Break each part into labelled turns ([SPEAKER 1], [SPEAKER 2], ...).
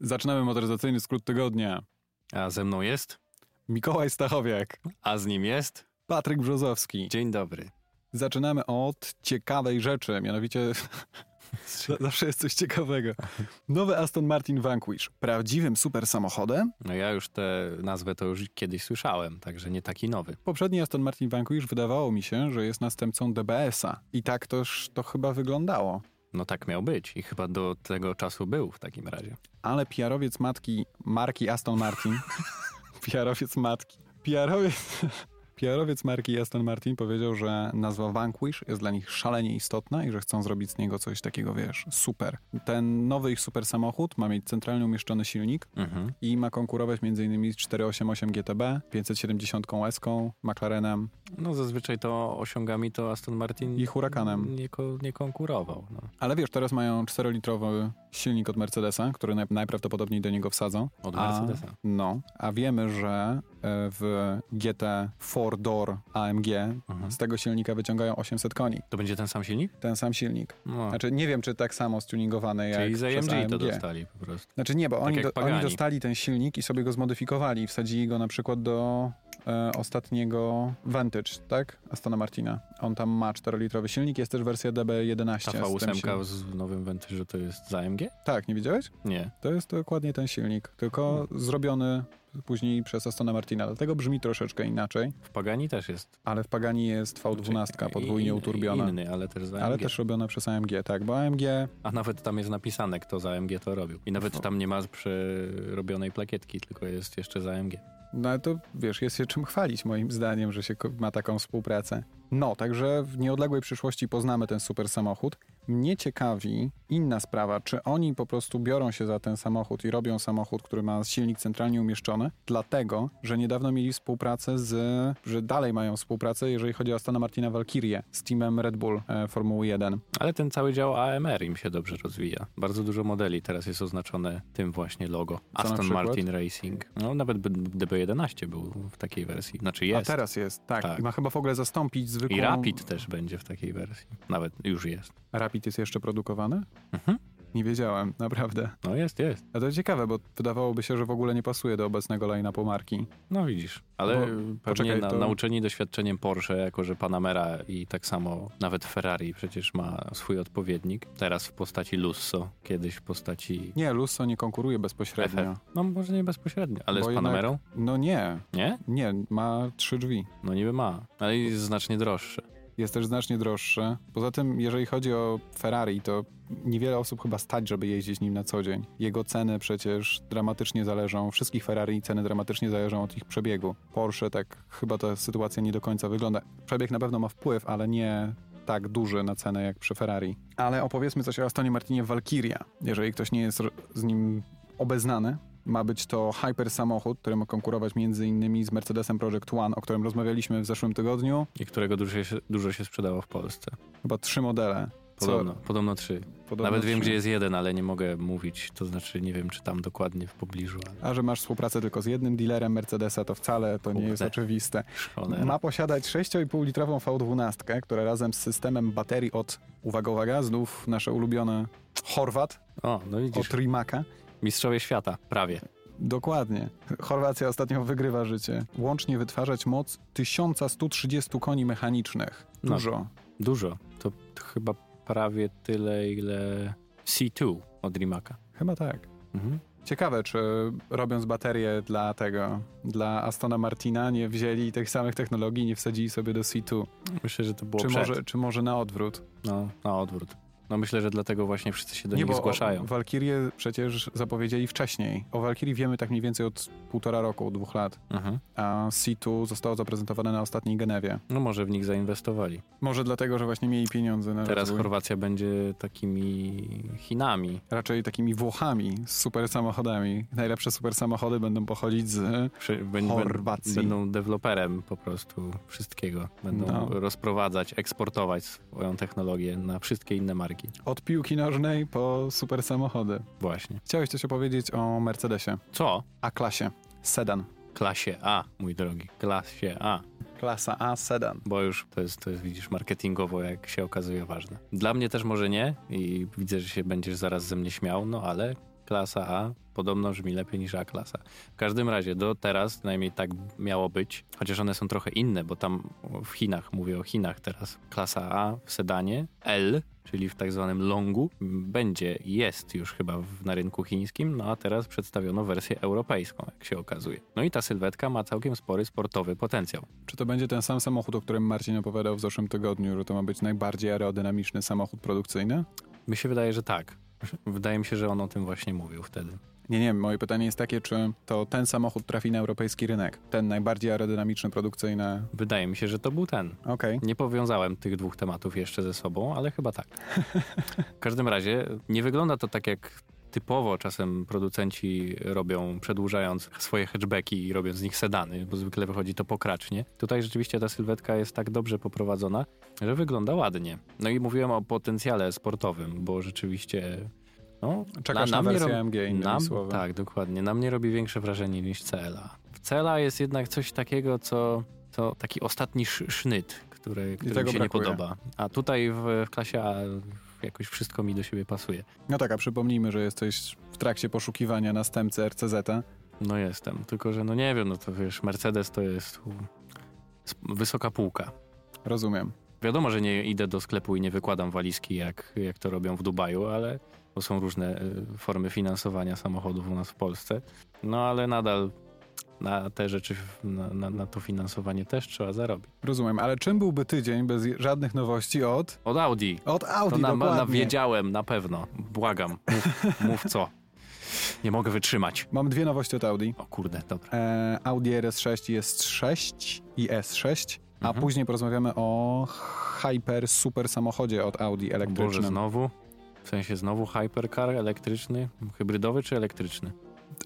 [SPEAKER 1] Zaczynamy motoryzacyjny skrót tygodnia.
[SPEAKER 2] A ze mną jest,
[SPEAKER 1] Mikołaj Stachowiak,
[SPEAKER 2] a z nim jest.
[SPEAKER 1] Patryk Brzozowski.
[SPEAKER 2] Dzień dobry.
[SPEAKER 1] Zaczynamy od ciekawej rzeczy, mianowicie za- zawsze jest coś ciekawego. Nowy Aston Martin Vanquish. Prawdziwym super samochodem?
[SPEAKER 2] No ja już tę nazwę to już kiedyś słyszałem, także nie taki nowy.
[SPEAKER 1] Poprzedni Aston Martin Vanquish wydawało mi się, że jest następcą DBS-a. I tak toż to chyba wyglądało.
[SPEAKER 2] No tak miał być i chyba do tego czasu był w takim razie.
[SPEAKER 1] ale PR-owiec matki marki Aston Martin. PR-owiec matki. PR-owiec, PR-owiec marki Aston Martin powiedział, że nazwa Vanquish jest dla nich szalenie istotna i że chcą zrobić z niego coś takiego, wiesz, super. Ten nowy ich super samochód ma mieć centralnie umieszczony silnik
[SPEAKER 2] Mhm.
[SPEAKER 1] i ma konkurować m.in. z 488 GTB, 570 S, McLarenem
[SPEAKER 2] No zazwyczaj to osiągami to Aston Martin
[SPEAKER 1] i Huracanem.
[SPEAKER 2] nie, ko- nie konkurował. No.
[SPEAKER 1] Ale wiesz, teraz mają 4-litrowy silnik od Mercedesa, który naj- najprawdopodobniej do niego wsadzą.
[SPEAKER 2] Od
[SPEAKER 1] A-
[SPEAKER 2] Mercedesa.
[SPEAKER 1] No, a wiemy, że e, w GT 4-door AMG
[SPEAKER 2] Mhm.
[SPEAKER 1] z tego silnika wyciągają 800 koni.
[SPEAKER 2] To będzie ten sam silnik?
[SPEAKER 1] Ten sam silnik.
[SPEAKER 2] No.
[SPEAKER 1] Znaczy, nie wiem, czy tak samo stuningowany jak
[SPEAKER 2] Czyli z
[SPEAKER 1] przez
[SPEAKER 2] AMG to
[SPEAKER 1] AMG.
[SPEAKER 2] dostali po prostu.
[SPEAKER 1] Znaczy nie, bo oni,
[SPEAKER 2] jak
[SPEAKER 1] do, oni
[SPEAKER 2] Pagani.
[SPEAKER 1] dostali ten silnik i sobie go zmodyfikowali. Wsadzili go na przykład do e, ostatniego Vantage, tak? Astona Martina. On tam ma 4-litrowy silnik, jest też wersja DB11.
[SPEAKER 2] Ta
[SPEAKER 1] z tym silnikiem.
[SPEAKER 2] V8 z nowym Vantage'u to jest z AMG?
[SPEAKER 1] Tak, nie widziałeś?
[SPEAKER 2] Nie.
[SPEAKER 1] To jest dokładnie ten silnik, tylko
[SPEAKER 2] No.
[SPEAKER 1] zrobiony później przez Astona Martina, dlatego brzmi troszeczkę inaczej,
[SPEAKER 2] W Pagani też jest.
[SPEAKER 1] ale w Pagani jest V12
[SPEAKER 2] I-
[SPEAKER 1] podwójnie
[SPEAKER 2] Znaczy, in-
[SPEAKER 1] uturbiona.
[SPEAKER 2] Inny, ale też z AMG.
[SPEAKER 1] Ale też robiona przez AMG, tak, bo AMG,
[SPEAKER 2] A nawet tam jest napisane, kto za AMG to robił. I
[SPEAKER 1] No.
[SPEAKER 2] nawet tam nie ma przerobionej plakietki, tylko jest jeszcze za AMG.
[SPEAKER 1] no ale to wiesz, jest się czym chwalić moim zdaniem, że się ko- ma taką współpracę. No, także w nieodległej przyszłości poznamy ten super samochód. Mnie ciekawi inna sprawa, czy oni po prostu biorą się za ten samochód i robią samochód, który ma silnik centralnie umieszczony, dlatego, że niedawno mieli współpracę z, że dalej mają współpracę, jeżeli chodzi o Astana Martina Valkyrie z teamem Red Bull e, Formuły 1.
[SPEAKER 2] Ale ten cały dział AMR im się dobrze rozwija. Bardzo dużo modeli teraz jest oznaczone tym właśnie logo.
[SPEAKER 1] na
[SPEAKER 2] Aston
[SPEAKER 1] przykład?
[SPEAKER 2] Martin Racing. No nawet B- DB11 był w takiej wersji. Znaczy jest.
[SPEAKER 1] A teraz jest, tak.
[SPEAKER 2] Tak.
[SPEAKER 1] I ma chyba w ogóle zastąpić zwykłą...
[SPEAKER 2] I Rapid też będzie w takiej wersji. Nawet już jest.
[SPEAKER 1] Rapid jest jeszcze produkowany?
[SPEAKER 2] Mhm.
[SPEAKER 1] Nie wiedziałem, naprawdę.
[SPEAKER 2] No jest, jest.
[SPEAKER 1] A to ciekawe, bo wydawałoby się, że w ogóle nie pasuje do obecnego line-upu marki.
[SPEAKER 2] No widzisz. Ale
[SPEAKER 1] No,
[SPEAKER 2] pewnie
[SPEAKER 1] poczekaj,
[SPEAKER 2] na,
[SPEAKER 1] to-
[SPEAKER 2] nauczeni doświadczeniem Porsche, jako że Panamera i tak samo nawet Ferrari przecież ma swój odpowiednik. Teraz w postaci Lusso, kiedyś w postaci
[SPEAKER 1] Nie, Lusso nie konkuruje bezpośrednio.
[SPEAKER 2] FF. No może nie bezpośrednio, ale
[SPEAKER 1] Bo
[SPEAKER 2] z
[SPEAKER 1] jednak-
[SPEAKER 2] Panamerą?
[SPEAKER 1] No nie,
[SPEAKER 2] Nie?
[SPEAKER 1] nie, ma trzy drzwi.
[SPEAKER 2] No niby ma, ale jest znacznie droższy.
[SPEAKER 1] Jest też znacznie droższy. Poza tym, jeżeli chodzi o Ferrari, to niewiele osób chyba stać, żeby jeździć nim na co dzień. Jego ceny przecież dramatycznie zależą, wszystkich Ferrari ceny dramatycznie zależą od ich przebiegu. Porsche tak chyba ta sytuacja nie do końca wygląda. Przebieg na pewno ma wpływ, ale nie tak duży na cenę jak przy Ferrari. Ale opowiedzmy coś o Astonie Martinie Valkyria. Jeżeli ktoś nie jest r- z nim obeznany, ma być to hyper samochód, który ma konkurować między innymi z Mercedesem Project One, o którym rozmawialiśmy w zeszłym tygodniu.
[SPEAKER 2] I którego dużo się, dużo się sprzedało w Polsce.
[SPEAKER 1] Chyba trzy modele. Co-
[SPEAKER 2] Podobno, podobno trzy.
[SPEAKER 1] Podobno
[SPEAKER 2] Nawet wiem,
[SPEAKER 1] trzy.
[SPEAKER 2] gdzie jest jeden, ale nie mogę mówić. To znaczy nie wiem, czy tam dokładnie w pobliżu, ale
[SPEAKER 1] A że masz współpracę tylko z jednym dealerem Mercedesa, to wcale to nie
[SPEAKER 2] Kurde.
[SPEAKER 1] jest oczywiste.
[SPEAKER 2] szalone.
[SPEAKER 1] Ma posiadać 6,5 litrową V12, która razem z systemem baterii od, uwaga, uwaga, znów nasze ulubione Chorwat,
[SPEAKER 2] O, no widzisz,
[SPEAKER 1] od Rimaka.
[SPEAKER 2] mistrzowie świata, prawie.
[SPEAKER 1] Dokładnie. Chorwacja ostatnio wygrywa życie. Łącznie wytwarzać moc 1130 koni mechanicznych.
[SPEAKER 2] No.
[SPEAKER 1] Dużo.
[SPEAKER 2] Dużo. To t- chyba prawie tyle, ile C2 od Rimaka.
[SPEAKER 1] Chyba tak.
[SPEAKER 2] Mhm.
[SPEAKER 1] Ciekawe, czy robiąc baterie dla tego, dla Astona Martina, nie wzięli tych samych technologii, nie wsadzili sobie do C2.
[SPEAKER 2] Myślę, że to było
[SPEAKER 1] Czy
[SPEAKER 2] przed.
[SPEAKER 1] może, czy może na odwrót?
[SPEAKER 2] No, na odwrót. No myślę, że dlatego właśnie wszyscy się do nich zgłaszają.
[SPEAKER 1] o Walkirie przecież zapowiedzieli wcześniej. O Walkirii wiemy tak mniej więcej od półtora roku, od dwóch lat.
[SPEAKER 2] Mhm.
[SPEAKER 1] A C2 zostało zaprezentowane na ostatniej Genewie.
[SPEAKER 2] No może w nich zainwestowali.
[SPEAKER 1] Może dlatego, że właśnie mieli pieniądze na
[SPEAKER 2] Teraz
[SPEAKER 1] rozwój.
[SPEAKER 2] Chorwacja będzie takimi Chinami.
[SPEAKER 1] Raczej takimi Włochami z super samochodami. Najlepsze super samochody będą pochodzić z
[SPEAKER 2] Prze- bę- bę-
[SPEAKER 1] Chorwacji.
[SPEAKER 2] Będą deweloperem po prostu wszystkiego. Będą
[SPEAKER 1] No.
[SPEAKER 2] rozprowadzać, eksportować swoją technologię na wszystkie inne marki.
[SPEAKER 1] Od piłki nożnej po super samochody.
[SPEAKER 2] Właśnie.
[SPEAKER 1] Chciałeś coś opowiedzieć o Mercedesie,
[SPEAKER 2] Co?
[SPEAKER 1] A-klasie, sedan.
[SPEAKER 2] Klasie A, mój drogi. Klasie A.
[SPEAKER 1] Klasa A, sedan.
[SPEAKER 2] Bo już to jest, to jest, widzisz, marketingowo, jak się okazuje, ważne. Dla mnie też może nie i widzę, że się będziesz zaraz ze mnie śmiał, no ale klasa A podobno brzmi lepiej niż A-klasa. W każdym razie do teraz, przynajmniej tak miało być, chociaż one są trochę inne, bo tam w Chinach, mówię o Chinach teraz, klasa A w sedanie, L, czyli w tak zwanym longu, będzie, jest już chyba w, na rynku chińskim, no a teraz przedstawiono wersję europejską, jak się okazuje. No i ta sylwetka ma całkiem spory sportowy potencjał.
[SPEAKER 1] Czy to będzie ten sam samochód, o którym Marcin opowiadał w zeszłym tygodniu, że to ma być najbardziej aerodynamiczny samochód produkcyjny?
[SPEAKER 2] Mi się wydaje, że tak. Wydaje mi się, że on o tym właśnie mówił wtedy.
[SPEAKER 1] Nie, nie, moje pytanie jest takie, czy to ten samochód trafi na europejski rynek? Ten najbardziej aerodynamiczny, produkcyjny.
[SPEAKER 2] Wydaje mi się, że to był ten.
[SPEAKER 1] Okej.
[SPEAKER 2] Nie powiązałem tych dwóch tematów jeszcze ze sobą, ale chyba tak. W każdym razie nie wygląda to tak jak typowo czasem producenci robią, przedłużając swoje hatchbacki i robiąc z nich sedany, bo zwykle wychodzi to pokracznie. Tutaj rzeczywiście ta sylwetka jest tak dobrze poprowadzona, że wygląda ładnie. No i mówiłem o potencjale sportowym, bo rzeczywiście no,
[SPEAKER 1] Czekasz na
[SPEAKER 2] nam nie
[SPEAKER 1] wersję
[SPEAKER 2] rob-
[SPEAKER 1] AMG, innymi
[SPEAKER 2] nam,
[SPEAKER 1] słowy.
[SPEAKER 2] Tak, dokładnie. Na mnie robi większe wrażenie niż CLA. W CLA jest jednak coś takiego, co, co taki ostatni sz, sznyt, który, który
[SPEAKER 1] tego
[SPEAKER 2] mi się
[SPEAKER 1] brakuje.
[SPEAKER 2] nie podoba. A tutaj w, w klasie A jakoś wszystko mi do siebie pasuje.
[SPEAKER 1] No tak, a przypomnijmy, że jesteś w trakcie poszukiwania następcy RCZ.
[SPEAKER 2] No jestem, tylko że no nie wiem, no to wiesz, Mercedes to jest u, sp- wysoka półka.
[SPEAKER 1] Rozumiem.
[SPEAKER 2] Wiadomo, że nie idę do sklepu i nie wykładam walizki, jak, jak to robią w Dubaju, ale bo są różne y, formy finansowania samochodów u nas w Polsce. No ale nadal na te rzeczy, na, na, na to finansowanie też trzeba zarobić.
[SPEAKER 1] Rozumiem, ale czym byłby tydzień bez je- żadnych nowości od...
[SPEAKER 2] Od Audi.
[SPEAKER 1] Od
[SPEAKER 2] To
[SPEAKER 1] Audi,
[SPEAKER 2] na, na,
[SPEAKER 1] dokładnie.
[SPEAKER 2] wiedziałem na pewno. Błagam. Mów, mów co. Nie mogę wytrzymać.
[SPEAKER 1] Mam dwie nowości od Audi.
[SPEAKER 2] O kurde, dobra.
[SPEAKER 1] E, Audi RS6 i S6 i S6, a
[SPEAKER 2] Mhm.
[SPEAKER 1] później porozmawiamy o hyper super samochodzie od Audi
[SPEAKER 2] O Boże,
[SPEAKER 1] elektrycznym.
[SPEAKER 2] znowu. W sensie znowu hypercar elektryczny, hybrydowy czy elektryczny?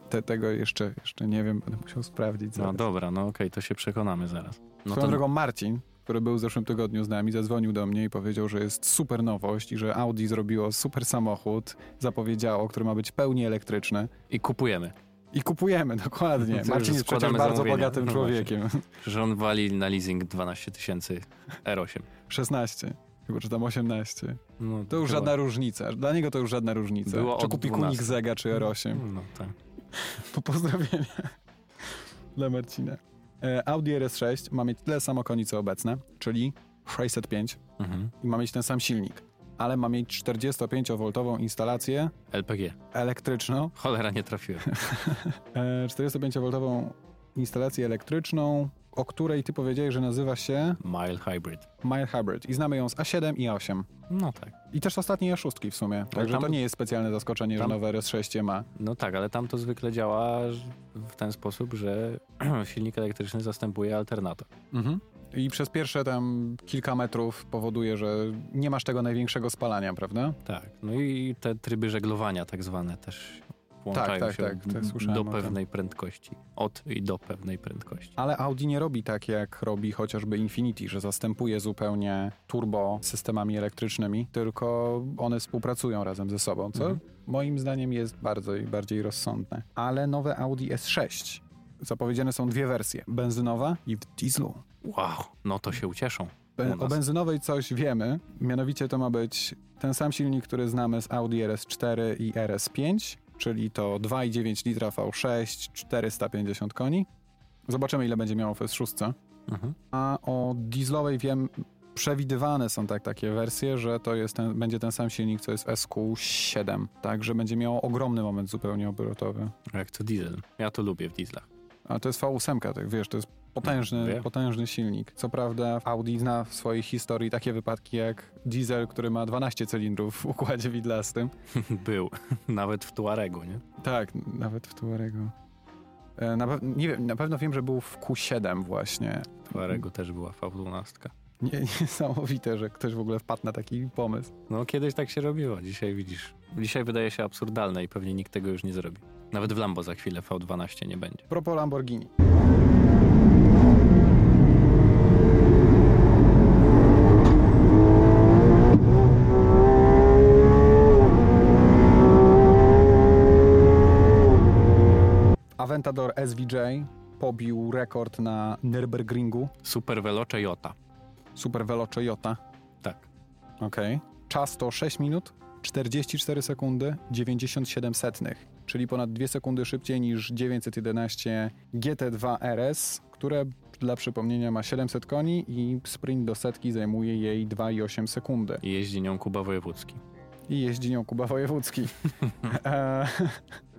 [SPEAKER 2] No
[SPEAKER 1] Te, tego jeszcze, jeszcze nie wiem, będę musiał sprawdzić.
[SPEAKER 2] No
[SPEAKER 1] zaraz.
[SPEAKER 2] dobra, no okej, to się przekonamy zaraz. No
[SPEAKER 1] Swoją
[SPEAKER 2] to
[SPEAKER 1] drogą Marcin, który był w zeszłym tygodniu z nami, zadzwonił do mnie i powiedział, że jest super nowość i że Audi zrobiło super samochód, zapowiedziało, który ma być pełni elektryczny
[SPEAKER 2] i kupujemy.
[SPEAKER 1] i kupujemy, dokładnie.
[SPEAKER 2] No to
[SPEAKER 1] Marcin
[SPEAKER 2] już
[SPEAKER 1] jest przecież
[SPEAKER 2] składamy
[SPEAKER 1] bardzo
[SPEAKER 2] zamówienie.
[SPEAKER 1] bogatym
[SPEAKER 2] No
[SPEAKER 1] człowiekiem.
[SPEAKER 2] Że on wali na leasing 12 tysięcy R8.
[SPEAKER 1] 16, chyba czy tam 18.
[SPEAKER 2] No,
[SPEAKER 1] To już
[SPEAKER 2] chyba-
[SPEAKER 1] żadna różnica. Dla niego to już żadna różnica.
[SPEAKER 2] Było
[SPEAKER 1] czy
[SPEAKER 2] od
[SPEAKER 1] kupi
[SPEAKER 2] 12.
[SPEAKER 1] kunik Zega czy R8.
[SPEAKER 2] No tak.
[SPEAKER 1] Po pozdrowienia dla Marcina. E, Audi RS6 ma mieć tyle samo koni co obecne, czyli 605
[SPEAKER 2] Mhm.
[SPEAKER 1] i ma mieć ten sam silnik, ale ma mieć 45V instalację
[SPEAKER 2] LPG.
[SPEAKER 1] elektryczną,
[SPEAKER 2] Cholera, nie trafiłem.
[SPEAKER 1] e, 45V instalację elektryczną, o której ty powiedziałeś, że nazywa się
[SPEAKER 2] Mile Hybrid.
[SPEAKER 1] Mild Hybrid i znamy ją z A7 i A8.
[SPEAKER 2] No tak.
[SPEAKER 1] I też z ostatniej A6 w sumie. Także
[SPEAKER 2] tam-
[SPEAKER 1] to nie jest specjalne zaskoczenie,
[SPEAKER 2] tam-
[SPEAKER 1] że nowe RS6 ma.
[SPEAKER 2] No tak, ale tam to zwykle działa ż- w ten sposób, że silnik elektryczny zastępuje alternator.
[SPEAKER 1] I przez pierwsze tam kilka metrów powoduje, że nie masz tego największego spalania, prawda?
[SPEAKER 2] Tak. No i te tryby żeglowania tak zwane też włączają
[SPEAKER 1] tak,
[SPEAKER 2] się
[SPEAKER 1] tak, tak, słyszałem
[SPEAKER 2] do
[SPEAKER 1] o tym.
[SPEAKER 2] pewnej prędkości. Od i do pewnej prędkości.
[SPEAKER 1] Ale Audi nie robi tak, jak robi chociażby Infinity, że zastępuje zupełnie turbo systemami elektrycznymi, tylko one współpracują razem ze sobą, co
[SPEAKER 2] Mhm.
[SPEAKER 1] moim zdaniem jest bardzo i bardziej rozsądne. Ale nowe Audi S6. Zapowiedziane są dwie wersje, benzynowa i w dieslu.
[SPEAKER 2] Wow, no to się ucieszą.
[SPEAKER 1] Be-
[SPEAKER 2] U nas.
[SPEAKER 1] O benzynowej coś wiemy, mianowicie to ma być ten sam silnik, który znamy z Audi RS4 i RS5, czyli to 2,9 litra V6, 450 koni. Zobaczymy, ile będzie miało w S6.
[SPEAKER 2] Mhm.
[SPEAKER 1] A o dieslowej wiem, przewidywane są tak takie wersje, że to jest ten, będzie ten sam silnik, co jest w SQ7, także będzie miało ogromny moment zupełnie obrotowy.
[SPEAKER 2] Jak to diesel. Ja to lubię w dieslach.
[SPEAKER 1] A to jest V8, tak wiesz, to jest potężny,
[SPEAKER 2] Wiem.
[SPEAKER 1] potężny silnik. Co prawda Audi zna w swojej historii takie wypadki jak diesel, który ma 12 cylindrów w układzie widlastym.
[SPEAKER 2] Był. Nawet w Tuaregu, nie?
[SPEAKER 1] Tak, nawet w Tuarego. E, Na, pew- nie wiem, na pewno wiem, że był w Q7 właśnie.
[SPEAKER 2] Tuaregu też była V12.
[SPEAKER 1] Nie, niesamowite, że ktoś w ogóle wpadł na taki pomysł.
[SPEAKER 2] No kiedyś tak się robiło, dzisiaj widzisz. Dzisiaj wydaje się absurdalne i pewnie nikt tego już nie zrobi. Nawet w Lambo za chwilę V12 nie będzie.
[SPEAKER 1] Propo Lamborghini. Aventador SVJ pobił rekord na Nürburgringu.
[SPEAKER 2] Super Veloce Jota.
[SPEAKER 1] Super Velo Toyota.
[SPEAKER 2] Tak.
[SPEAKER 1] Okej. Czas to 6 minut, 44 sekundy, 97 setnych. czyli ponad 2 sekundy szybciej niż 911 GT2 RS, które dla przypomnienia ma 700 koni i sprint do setki zajmuje jej 2,8 sekundy.
[SPEAKER 2] I jeździ nią Kuba Wojewódzki.
[SPEAKER 1] I jeździ nią Kuba Wojewódzki. E,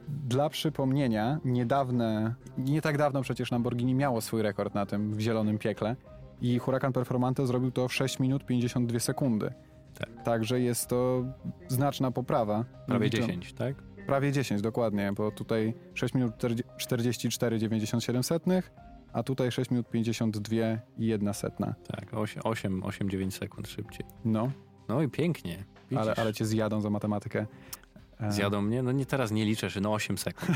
[SPEAKER 1] Dla przypomnienia, niedawne, nie tak dawno przecież Lamborghini miało swój rekord na tym w zielonym piekle i Huracan Performante zrobił to w 6 minut 52 sekundy.
[SPEAKER 2] Tak.
[SPEAKER 1] Także jest to znaczna poprawa.
[SPEAKER 2] Prawie
[SPEAKER 1] Liczę-
[SPEAKER 2] 10, tak?
[SPEAKER 1] Prawie 10, dokładnie, bo tutaj 6 minut 44,97 setnych, a tutaj 6 minut 52 i 1 setna.
[SPEAKER 2] Tak, 8, 8 9 sekund szybciej.
[SPEAKER 1] No,
[SPEAKER 2] No i pięknie. Widzisz?
[SPEAKER 1] ale, ale cię zjadą za matematykę. E,
[SPEAKER 2] Zjadą mnie? No nie, teraz nie liczę, że no 8 sekund.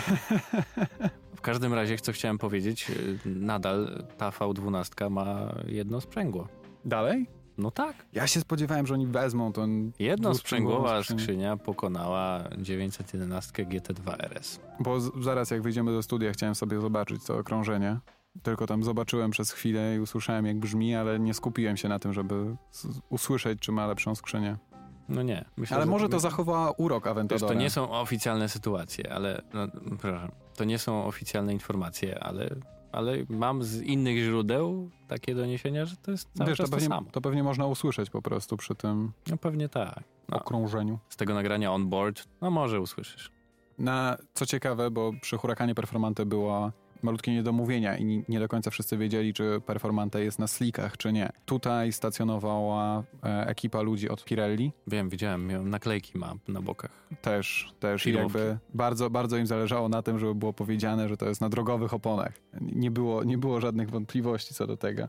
[SPEAKER 2] W każdym razie, co chciałem powiedzieć, y, nadal ta V12 ma jedno sprzęgło.
[SPEAKER 1] Dalej?
[SPEAKER 2] No tak,
[SPEAKER 1] Ja się spodziewałem, że oni wezmą ten...
[SPEAKER 2] jedno sprzęgłowa
[SPEAKER 1] Dwusprzęgłowa skrzynia.
[SPEAKER 2] skrzynia pokonała 911 GT2 RS.
[SPEAKER 1] Bo z, zaraz jak wyjdziemy do studia, chciałem sobie zobaczyć to okrążenie. Tylko tam zobaczyłem przez chwilę i usłyszałem jak brzmi, ale nie skupiłem się na tym, żeby s- usłyszeć, czy ma lepszą skrzynię.
[SPEAKER 2] No nie. Myślę,
[SPEAKER 1] Ale
[SPEAKER 2] że-
[SPEAKER 1] może to
[SPEAKER 2] myślę-
[SPEAKER 1] zachowała urok
[SPEAKER 2] Wiesz,
[SPEAKER 1] Aventadora.
[SPEAKER 2] to nie są oficjalne sytuacje, ale no, przepraszam, to nie są oficjalne informacje, ale, ale mam z innych źródeł takie doniesienia, że to jest cały
[SPEAKER 1] Wiesz, to
[SPEAKER 2] czas to,
[SPEAKER 1] pewnie,
[SPEAKER 2] samo.
[SPEAKER 1] to pewnie można usłyszeć po prostu przy tym
[SPEAKER 2] No pewnie tak. No.
[SPEAKER 1] okrążeniu.
[SPEAKER 2] Z tego nagrania on board, no może usłyszysz.
[SPEAKER 1] Na, co ciekawe, bo przy Huracanie Performante było malutkie niedomówienia i ni- nie do końca wszyscy wiedzieli, czy Performante jest na slickach, czy nie. Tutaj stacjonowała e, ekipa ludzi od Pirelli,
[SPEAKER 2] Wiem, widziałem, miałem naklejki ma na bokach.
[SPEAKER 1] też, też i
[SPEAKER 2] Firmówki.
[SPEAKER 1] jakby bardzo, bardzo im zależało na tym, żeby było powiedziane, że to jest na drogowych oponach. Nie było, nie było żadnych wątpliwości co do tego.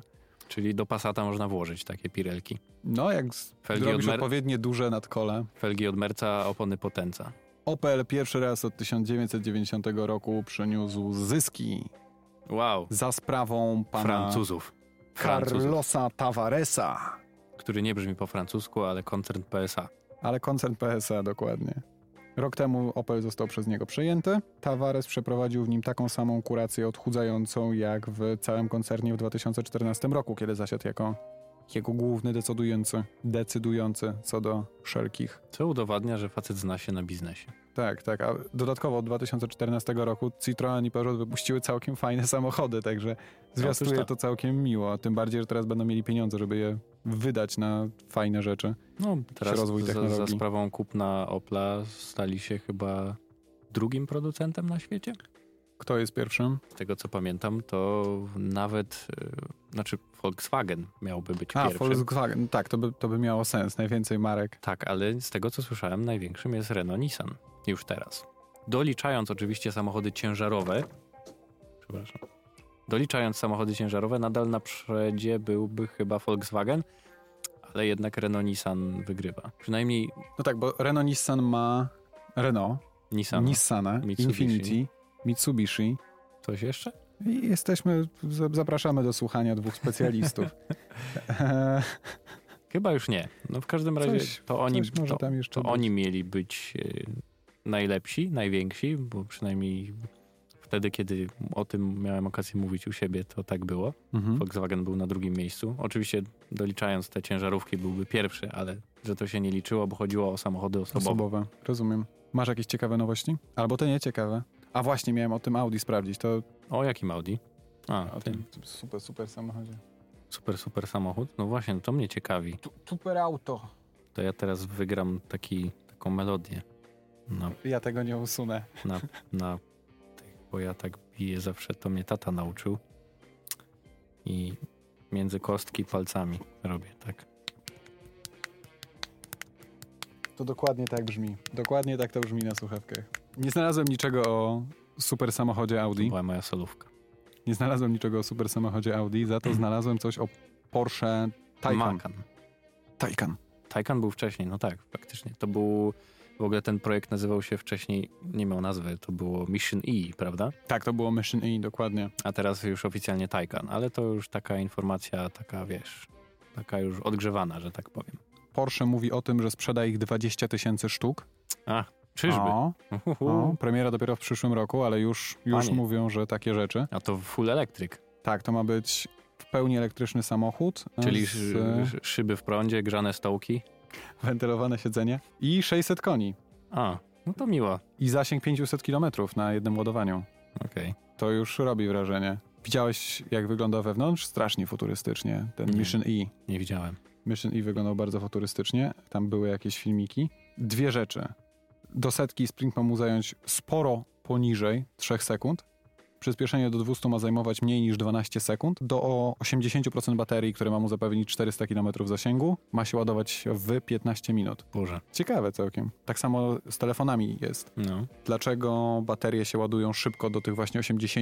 [SPEAKER 2] Czyli do Passata można włożyć takie pirelki.
[SPEAKER 1] No, jak z-
[SPEAKER 2] Felgi
[SPEAKER 1] zrobisz
[SPEAKER 2] od Mer-
[SPEAKER 1] odpowiednie duże nadkole.
[SPEAKER 2] Felgi od merca, opony potenca.
[SPEAKER 1] Opel pierwszy raz od 1990 roku przyniósł zyski
[SPEAKER 2] Wow,
[SPEAKER 1] za sprawą pana
[SPEAKER 2] Francuzów. Francuzów,
[SPEAKER 1] Carlosa Tavaresa.
[SPEAKER 2] który nie brzmi po francusku, ale koncern PSA.
[SPEAKER 1] Ale koncern PSA dokładnie. Rok temu Opel został przez niego przejęty. Tavares przeprowadził w nim taką samą kurację odchudzającą jak w całym koncernie w 2014 roku, kiedy zasiadł jako jego główny decydujący, decydujący co do wszelkich
[SPEAKER 2] Co udowadnia, że facet zna się na biznesie.
[SPEAKER 1] Tak, tak. A dodatkowo od 2014 roku Citroen i Peugeot wypuściły całkiem fajne samochody, także zwiastuje
[SPEAKER 2] tak.
[SPEAKER 1] to całkiem miło. Tym bardziej, że teraz będą mieli pieniądze, żeby je wydać na fajne rzeczy.
[SPEAKER 2] No, teraz
[SPEAKER 1] rozwój
[SPEAKER 2] za, za
[SPEAKER 1] technologii.
[SPEAKER 2] sprawą kupna Opla stali się chyba drugim producentem na świecie.
[SPEAKER 1] Kto jest pierwszym?
[SPEAKER 2] Z tego co pamiętam, to nawet, y, znaczy Volkswagen miałby być
[SPEAKER 1] A,
[SPEAKER 2] pierwszym.
[SPEAKER 1] Volkswagen. Tak, to by, to by miało sens. Najwięcej marek.
[SPEAKER 2] Tak, ale z tego co słyszałem, największym jest Renault Nissan już teraz. Doliczając oczywiście samochody ciężarowe, przepraszam, doliczając samochody ciężarowe, nadal na przodzie byłby chyba Volkswagen, ale jednak Renault Nissan wygrywa. Przynajmniej
[SPEAKER 1] No tak, bo Renault Nissan ma Renault,
[SPEAKER 2] Nissan.
[SPEAKER 1] Nissana,
[SPEAKER 2] Mitsubishi.
[SPEAKER 1] Infiniti, Mitsubishi.
[SPEAKER 2] Coś jeszcze?
[SPEAKER 1] I jesteśmy, za- zapraszamy do słuchania dwóch specjalistów. E,
[SPEAKER 2] Chyba już nie. No w każkażym razie
[SPEAKER 1] Coś-
[SPEAKER 2] to oni,
[SPEAKER 1] coś może
[SPEAKER 2] to,
[SPEAKER 1] tam jeszcze
[SPEAKER 2] to
[SPEAKER 1] być.
[SPEAKER 2] oni mieli być y, najlepsi, najwięksi, bo przynajmniej wtedy, kiedy o tym miałem okazję mówić u siebie, to tak było.
[SPEAKER 1] Mhm.
[SPEAKER 2] Volkswagen był na drugim miejscu. Oczywiście doliczając te ciężarówki byłby pierwszy, ale że to się nie liczyło, bo chodziło o samochody osobowe.
[SPEAKER 1] Osobowe, rozumiem. Masz jakieś ciekawe nowości? Albo te nieciekawe? A właśnie, miałem o tym Audi sprawdzić. To
[SPEAKER 2] O jakim Audi? A,
[SPEAKER 1] o
[SPEAKER 2] ten
[SPEAKER 1] tym super, super samochodzie.
[SPEAKER 2] super, super samochód. No właśnie, to mnie ciekawi.
[SPEAKER 1] Super auto.
[SPEAKER 2] To ja teraz wygram taki, taką melodię na
[SPEAKER 1] Ja tego nie usunę.
[SPEAKER 2] na, na bo ja tak biję zawsze, to mnie tata nauczył i między kostki palcami robię, tak.
[SPEAKER 1] To dokładnie tak brzmi. Dokładnie tak to brzmi na słuchawkach. Nie znalazłem niczego o super samochodzie
[SPEAKER 2] To
[SPEAKER 1] Audi.
[SPEAKER 2] była moja solówka.
[SPEAKER 1] Nie znalazłem niczego o super samochodzie Audi, za to znalazłem coś o Porsche Taycan.
[SPEAKER 2] Mhm. Macan.
[SPEAKER 1] Taycan.
[SPEAKER 2] Taycan był wcześniej, no tak, faktycznie. To był, w ogóle ten projekt nazywał się wcześniej, nie miał nazwy, to było Mission E, prawda?
[SPEAKER 1] Tak, to było Mission E, dokładnie.
[SPEAKER 2] A teraz już oficjalnie Taycan, ale to już taka informacja, taka wiesz, taka już odgrzewana, że tak powiem.
[SPEAKER 1] Porsche mówi o tym, że sprzeda ich 20 tysięcy sztuk.
[SPEAKER 2] Czyżby?
[SPEAKER 1] O,
[SPEAKER 2] Uhuhu.
[SPEAKER 1] o, premiera dopiero w przyszłym roku, ale już, już
[SPEAKER 2] Panie.
[SPEAKER 1] mówią, że takie rzeczy.
[SPEAKER 2] A to full elektryk.
[SPEAKER 1] Tak, to ma być w pełni elektryczny samochód.
[SPEAKER 2] Czyli
[SPEAKER 1] z,
[SPEAKER 2] szy-
[SPEAKER 1] e,
[SPEAKER 2] szy- szyby w prądzie, grzane stołki.
[SPEAKER 1] wentylowane siedzenie i 600 koni.
[SPEAKER 2] A, No to miło.
[SPEAKER 1] I zasięg 500 km na jednym ładowaniu.
[SPEAKER 2] Okej.
[SPEAKER 1] To już robi wrażenie. Widziałeś, jak wygląda wewnątrz? Strasznie futurystycznie. Ten
[SPEAKER 2] Nie.
[SPEAKER 1] Mission E.
[SPEAKER 2] Nie widziałem.
[SPEAKER 1] Mission E wyglądał bardzo futurystycznie. Tam były jakieś filmiki. Dwie rzeczy. Do setki sprint ma mu zająć sporo poniżej 3 sekund. Przyspieszenie do 200 ma zajmować mniej niż 12 sekund. Do o 80% baterii, które ma mu zapewnić 400 km zasięgu, ma się ładować w 15 minut.
[SPEAKER 2] Boże.
[SPEAKER 1] Ciekawe całkiem. Tak samo z telefonami jest
[SPEAKER 2] No.
[SPEAKER 1] dlaczego baterie się ładują szybko do tych właśnie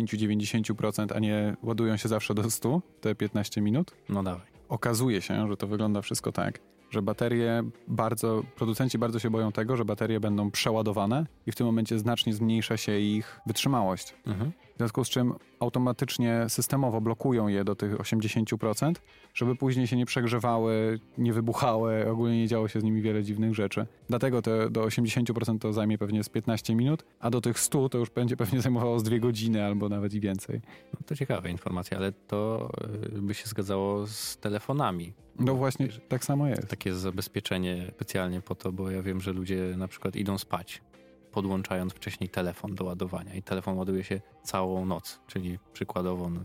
[SPEAKER 1] 80-90%, a nie ładują się zawsze do 100 w te 15 minut.
[SPEAKER 2] No dawaj.
[SPEAKER 1] Okazuje się, że to wygląda wszystko tak, że baterie bardzo, producenci bardzo się boją tego, że baterie będą przeładowane i w tym momencie znacznie zmniejsza się ich wytrzymałość.
[SPEAKER 2] Mhm.
[SPEAKER 1] W związku z czym automatycznie systemowo blokują je do tych 80%, żeby później się nie przegrzewały, nie wybuchały, ogólnie nie działo się z nimi wiele dziwnych rzeczy. Dlatego te do 80% to zajmie pewnie z 15 minut, a do tych 100 to już będzie pewnie zajmowało z 2 godziny albo nawet i więcej.
[SPEAKER 2] No to ciekawe informacje, ale to y, by się zgadzało z telefonami.
[SPEAKER 1] No właśnie, tak samo jest.
[SPEAKER 2] Takie zabezpieczenie specjalnie po to, bo ja wiem, że ludzie na przykład idą spać, podłączając wcześniej telefon do ładowania i telefon ładuje się całą noc, czyli przykładowo no,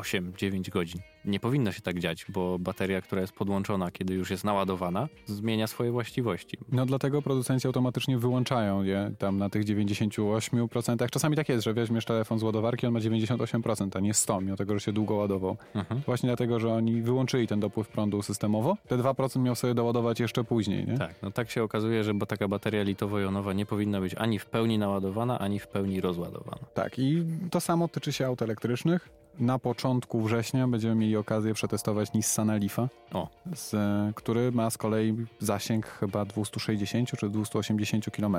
[SPEAKER 2] 8-9 godzin. Nie powinno się tak dziać, bo bateria, która jest podłączona, kiedy już jest naładowana, zmienia swoje właściwości.
[SPEAKER 1] No dlatego producenci automatycznie wyłączają je tam na tych 98%. Czasami tak jest, że weźmiesz telefon z ładowarki, on ma 98%, a nie 100, mimo tego, że się długo ładował.
[SPEAKER 2] Mhm.
[SPEAKER 1] Właśnie dlatego, że oni wyłączyli ten dopływ prądu systemowo. Te 2% miał sobie doładować jeszcze później, nie?
[SPEAKER 2] Tak, no tak się okazuje, że bo taka bateria litowo-jonowa nie powinna być ani w pełni naładowana, ani w pełni rozładowana.
[SPEAKER 1] Tak, i to samo tyczy się aut elektrycznych. Na początku września będziemy mieli okazję przetestować Nissan Leafa,
[SPEAKER 2] O.
[SPEAKER 1] z, który ma z kolei zasięg chyba 260 czy 280 km.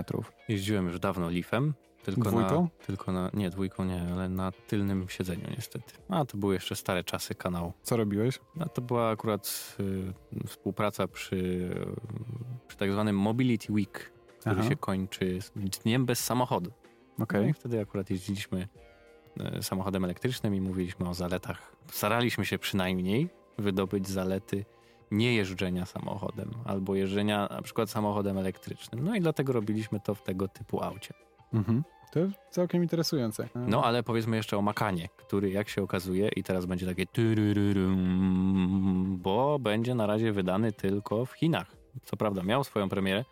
[SPEAKER 2] Jeździłem już dawno lifem. Tylko
[SPEAKER 1] Dwójką?
[SPEAKER 2] Na, tylko na, nie, dwójką nie, ale na tylnym siedzeniu niestety. A to były jeszcze stare czasy kanału.
[SPEAKER 1] Co robiłeś?
[SPEAKER 2] A to była akurat y, współpraca przy, y, przy tak zwanym Mobility Week, który
[SPEAKER 1] Aha,
[SPEAKER 2] się kończy z dniem bez samochodu. No
[SPEAKER 1] okej.
[SPEAKER 2] i wtedy akurat jeździliśmy e, samochodem elektrycznym i mówiliśmy o zaletach. Staraliśmy się przynajmniej wydobyć zalety niejeżdżenia samochodem albo jeżdżenia na przykład samochodem elektrycznym. No i dlatego robiliśmy to w tego typu aucie.
[SPEAKER 1] Mhm. To całkiem interesujące.
[SPEAKER 2] No ale powiedzmy jeszcze o Makanie, który jak się okazuje i teraz będzie takie tyryryryrum, bo będzie na razie wydany tylko w Chinach. Co prawda miał swoją premierę